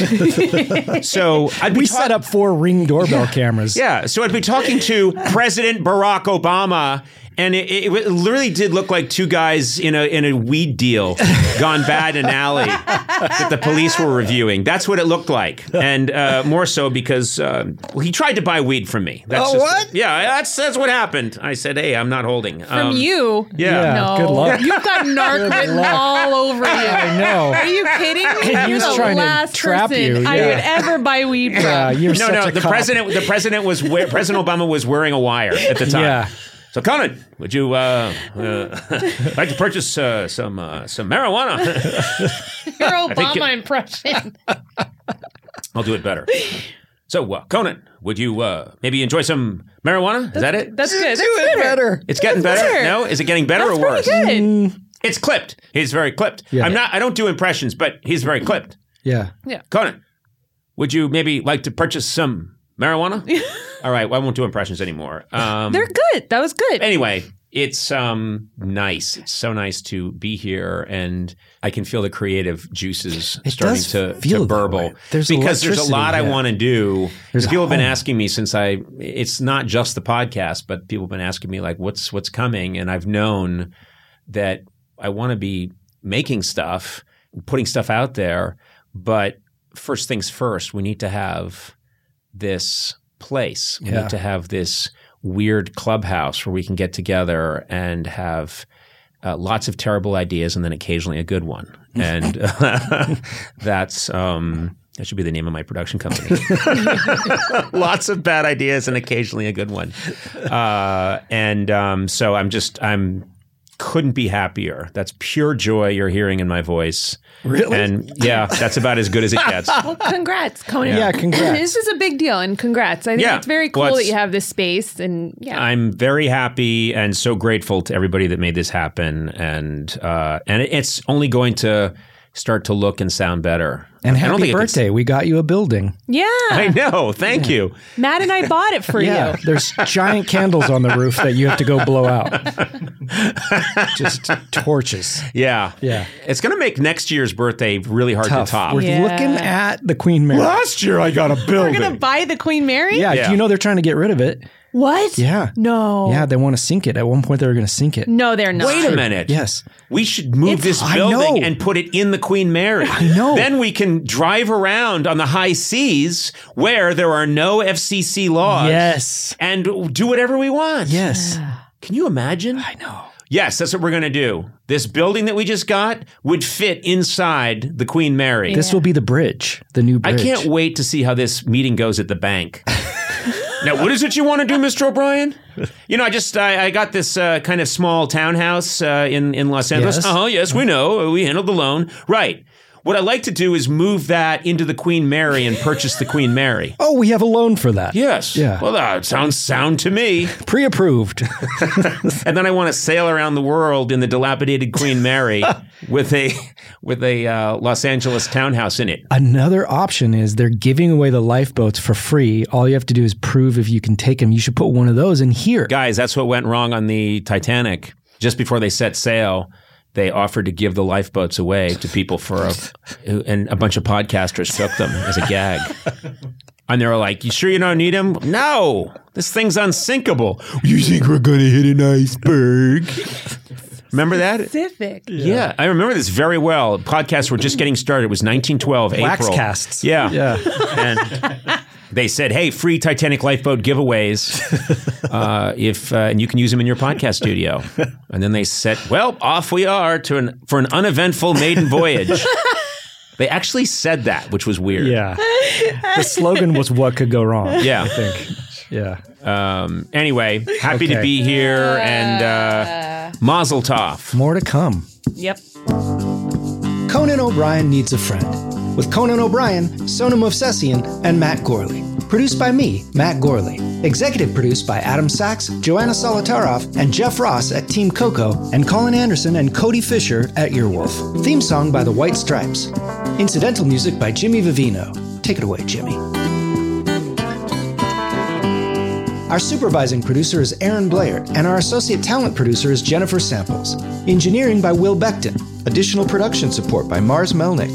so I'd be
We
talk-
set up four ring doorbell cameras.
yeah. So I'd be talking to President Barack Obama, and it, it, it literally did look like two guys in a in a weed deal gone bad in an alley that the police were reviewing. That's what it looked like, and uh, more so because uh, well, he tried to buy weed from me. That's
Oh,
just-
what?
yeah, that's that's what happened. I said, "Hey, I'm not holding." Um,
From you.
Yeah.
Yeah,
No.
[LAUGHS] good luck.
You've got narc written
luck.
all over you.
[LAUGHS] I know.
[LAUGHS] Are you kidding me?
He
You're
was
the
trying to
last
trap
person
you,
I
yeah.
would ever buy weed from.
[LAUGHS] Yeah, Uh, you're
no,
such
no.
a
The
cop.
president, the president was wear, President Obama was wearing a wire at the time.
Yeah.
So, Conan, would you uh, uh, like to purchase uh, some uh, some marijuana?
Your
think
Obama
it-
impression.
[LAUGHS] I'll do it
[LAUGHS]
better. So, uh, Conan, would you uh, maybe enjoy some marijuana? Is that it?
That's good.
Do
That's
it better.
it's getting better.
better.
No, is it getting better
That's
or worse?
pretty good.
Mm,
It's clipped. He's very clipped.
Yeah.
I'm not. I don't do impressions, but he's very clipped.
Yeah.
Conan, would you maybe like to purchase some
[LAUGHS]
marijuana? All right, well, I won't do impressions anymore. Um,
They're good. That was good.
[LAUGHS]
anyway, it's um nice. It's so nice to be here, and I can feel the creative juices
It
starting
does
to,
feel
to
that
burble.
way. There's
because there's a
electricity,
lot I
yeah.
want to do.
There's
people have been
home.
asking me since I. It's not just the podcast, but people have been asking me like, what's what's coming, and I've known that I want to be making stuff, putting stuff out there, but first things first, we need to have this place. We
Yeah.
need to have this weird clubhouse where we can get together and have uh, lots of terrible ideas and then occasionally a good [LAUGHS] one. And that's um, that should be the name of my production company. [LAUGHS] lots of bad ideas and occasionally a good one. Uh, and um, so I'm just I'm couldn't be happier. That's pure joy you're hearing in my voice.
Really?
And yeah, that's about as good as it [LAUGHS] gets.
Well, congrats, Conan.
Yeah, congrats.
[CLEARS THROAT] this is a big deal, and congrats. I think
Yeah.
it's very cool
Well,
that
it's-
you have this space, and yeah,
I'm very happy and so grateful to everybody that made this happen, and uh, and it's only going to start to look and sound better.
And
I don't
happy
think I could-
birthday. We got you a building.
yeah.
[LAUGHS] I know. Thank you.
Matt and I bought it for
[LAUGHS] Yeah.
you.
There's giant candles on the roof that you have to go
[LAUGHS]
blow out. Just torches.
Yeah.
Yeah.
It's going to make next year's birthday really hard
Tough.
to top.
We're
Yeah.
looking at the Queen Mary.
Last year I got a
We're gonna buy the Queen Mary.
Yeah,
Yeah.
Do you know they're trying to get rid of it?
What?
Yeah.
No.
Yeah. They want to sink it. At one point, they were going to sink it.
No, they're not.
Wait a minute.
Yes.
We should move
It's-
this
I
building
know.
and put it in the Queen Mary. I
know.
Then we can drive around on the high seas where there are no FCC laws.
Yes.
And do whatever we want.
Yes.
Can you imagine?
I know.
Yes, that's what we're going to do. This building that we just got would fit inside the Queen Mary.
This will be the bridge, the new
I
bridge.
can't wait to see how this meeting goes at the
[LAUGHS]
bank. now, what is it you want to do, Mr. O'Brien? You know, I just I, I got this uh, kind of small townhouse uh, in in Los Angeles.
Yes.
Uh huh. Yes, we know. We handled the loan, right? What I like to do is move that into the Queen Mary and purchase the Queen
[LAUGHS]
Mary.
Oh, we have a loan for that.
Yes.
Yeah.
Well, that sounds sound to me.
Pre approved.
And then I want to sail around the world in the dilapidated Queen [LAUGHS] Mary with a with a uh, Los Angeles townhouse in it.
Another option is they're giving away the lifeboats for free. All you have to do is prove if you can take them. You should put one of those in here.
Guys, that's what went wrong on the Titanic. Just before they set sail, they offered to give the lifeboats away to people for a and a bunch of podcasters took them as a [LAUGHS] gag. And they were like, "You sure you don't need them? No, this thing's unsinkable. You think we're gonna hit an iceberg?" Remember that?
Pacific.
Yeah. I remember this very well. Podcasts were just getting started. It was 1912, April.
Waxcasts.
Yeah.
Yeah.
[LAUGHS] And They said, "Hey, free Titanic lifeboat
[LAUGHS]
giveaways, uh, if uh, and you can use them in your podcast studio." And then they said, "Well, off we are to an for an uneventful maiden
[LAUGHS]
voyage." they actually said that, which was weird.
Yeah. The slogan was "What could go wrong?"
Yeah.
I think. Yeah.
Um, anyway, happy to
Okay.
be here and uh, Mazel Tov.
More to come.
Yep.
Conan O'Brien Needs a Friend. With Conan O'Brien, Sonam Movsesian, and Matt Gorley. Produced by me, Matt Gorley. Executive produced by Adam Sachs, Joanna Solitaroff, and Jeff Ross at Team Coco, and Colin Anderson and Cody Fisher at Earwolf. Theme song by The White Stripes. Incidental music by Jimmy Vivino. Take it away, Jimmy. Our supervising producer is Aaron Blair, and our associate talent producer is Jennifer Samples. Engineering by Will Beckton. Additional production support by Mars Melnick.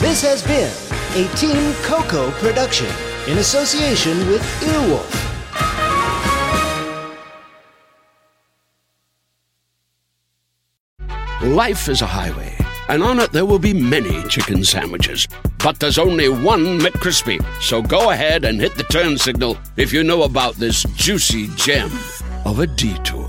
This has been a Team Coco production in association with Earwolf.
Life is a highway, and on it there will be many chicken sandwiches. But there's only one McCrispy. So go ahead and hit the turn signal if you know about this juicy gem of a detour.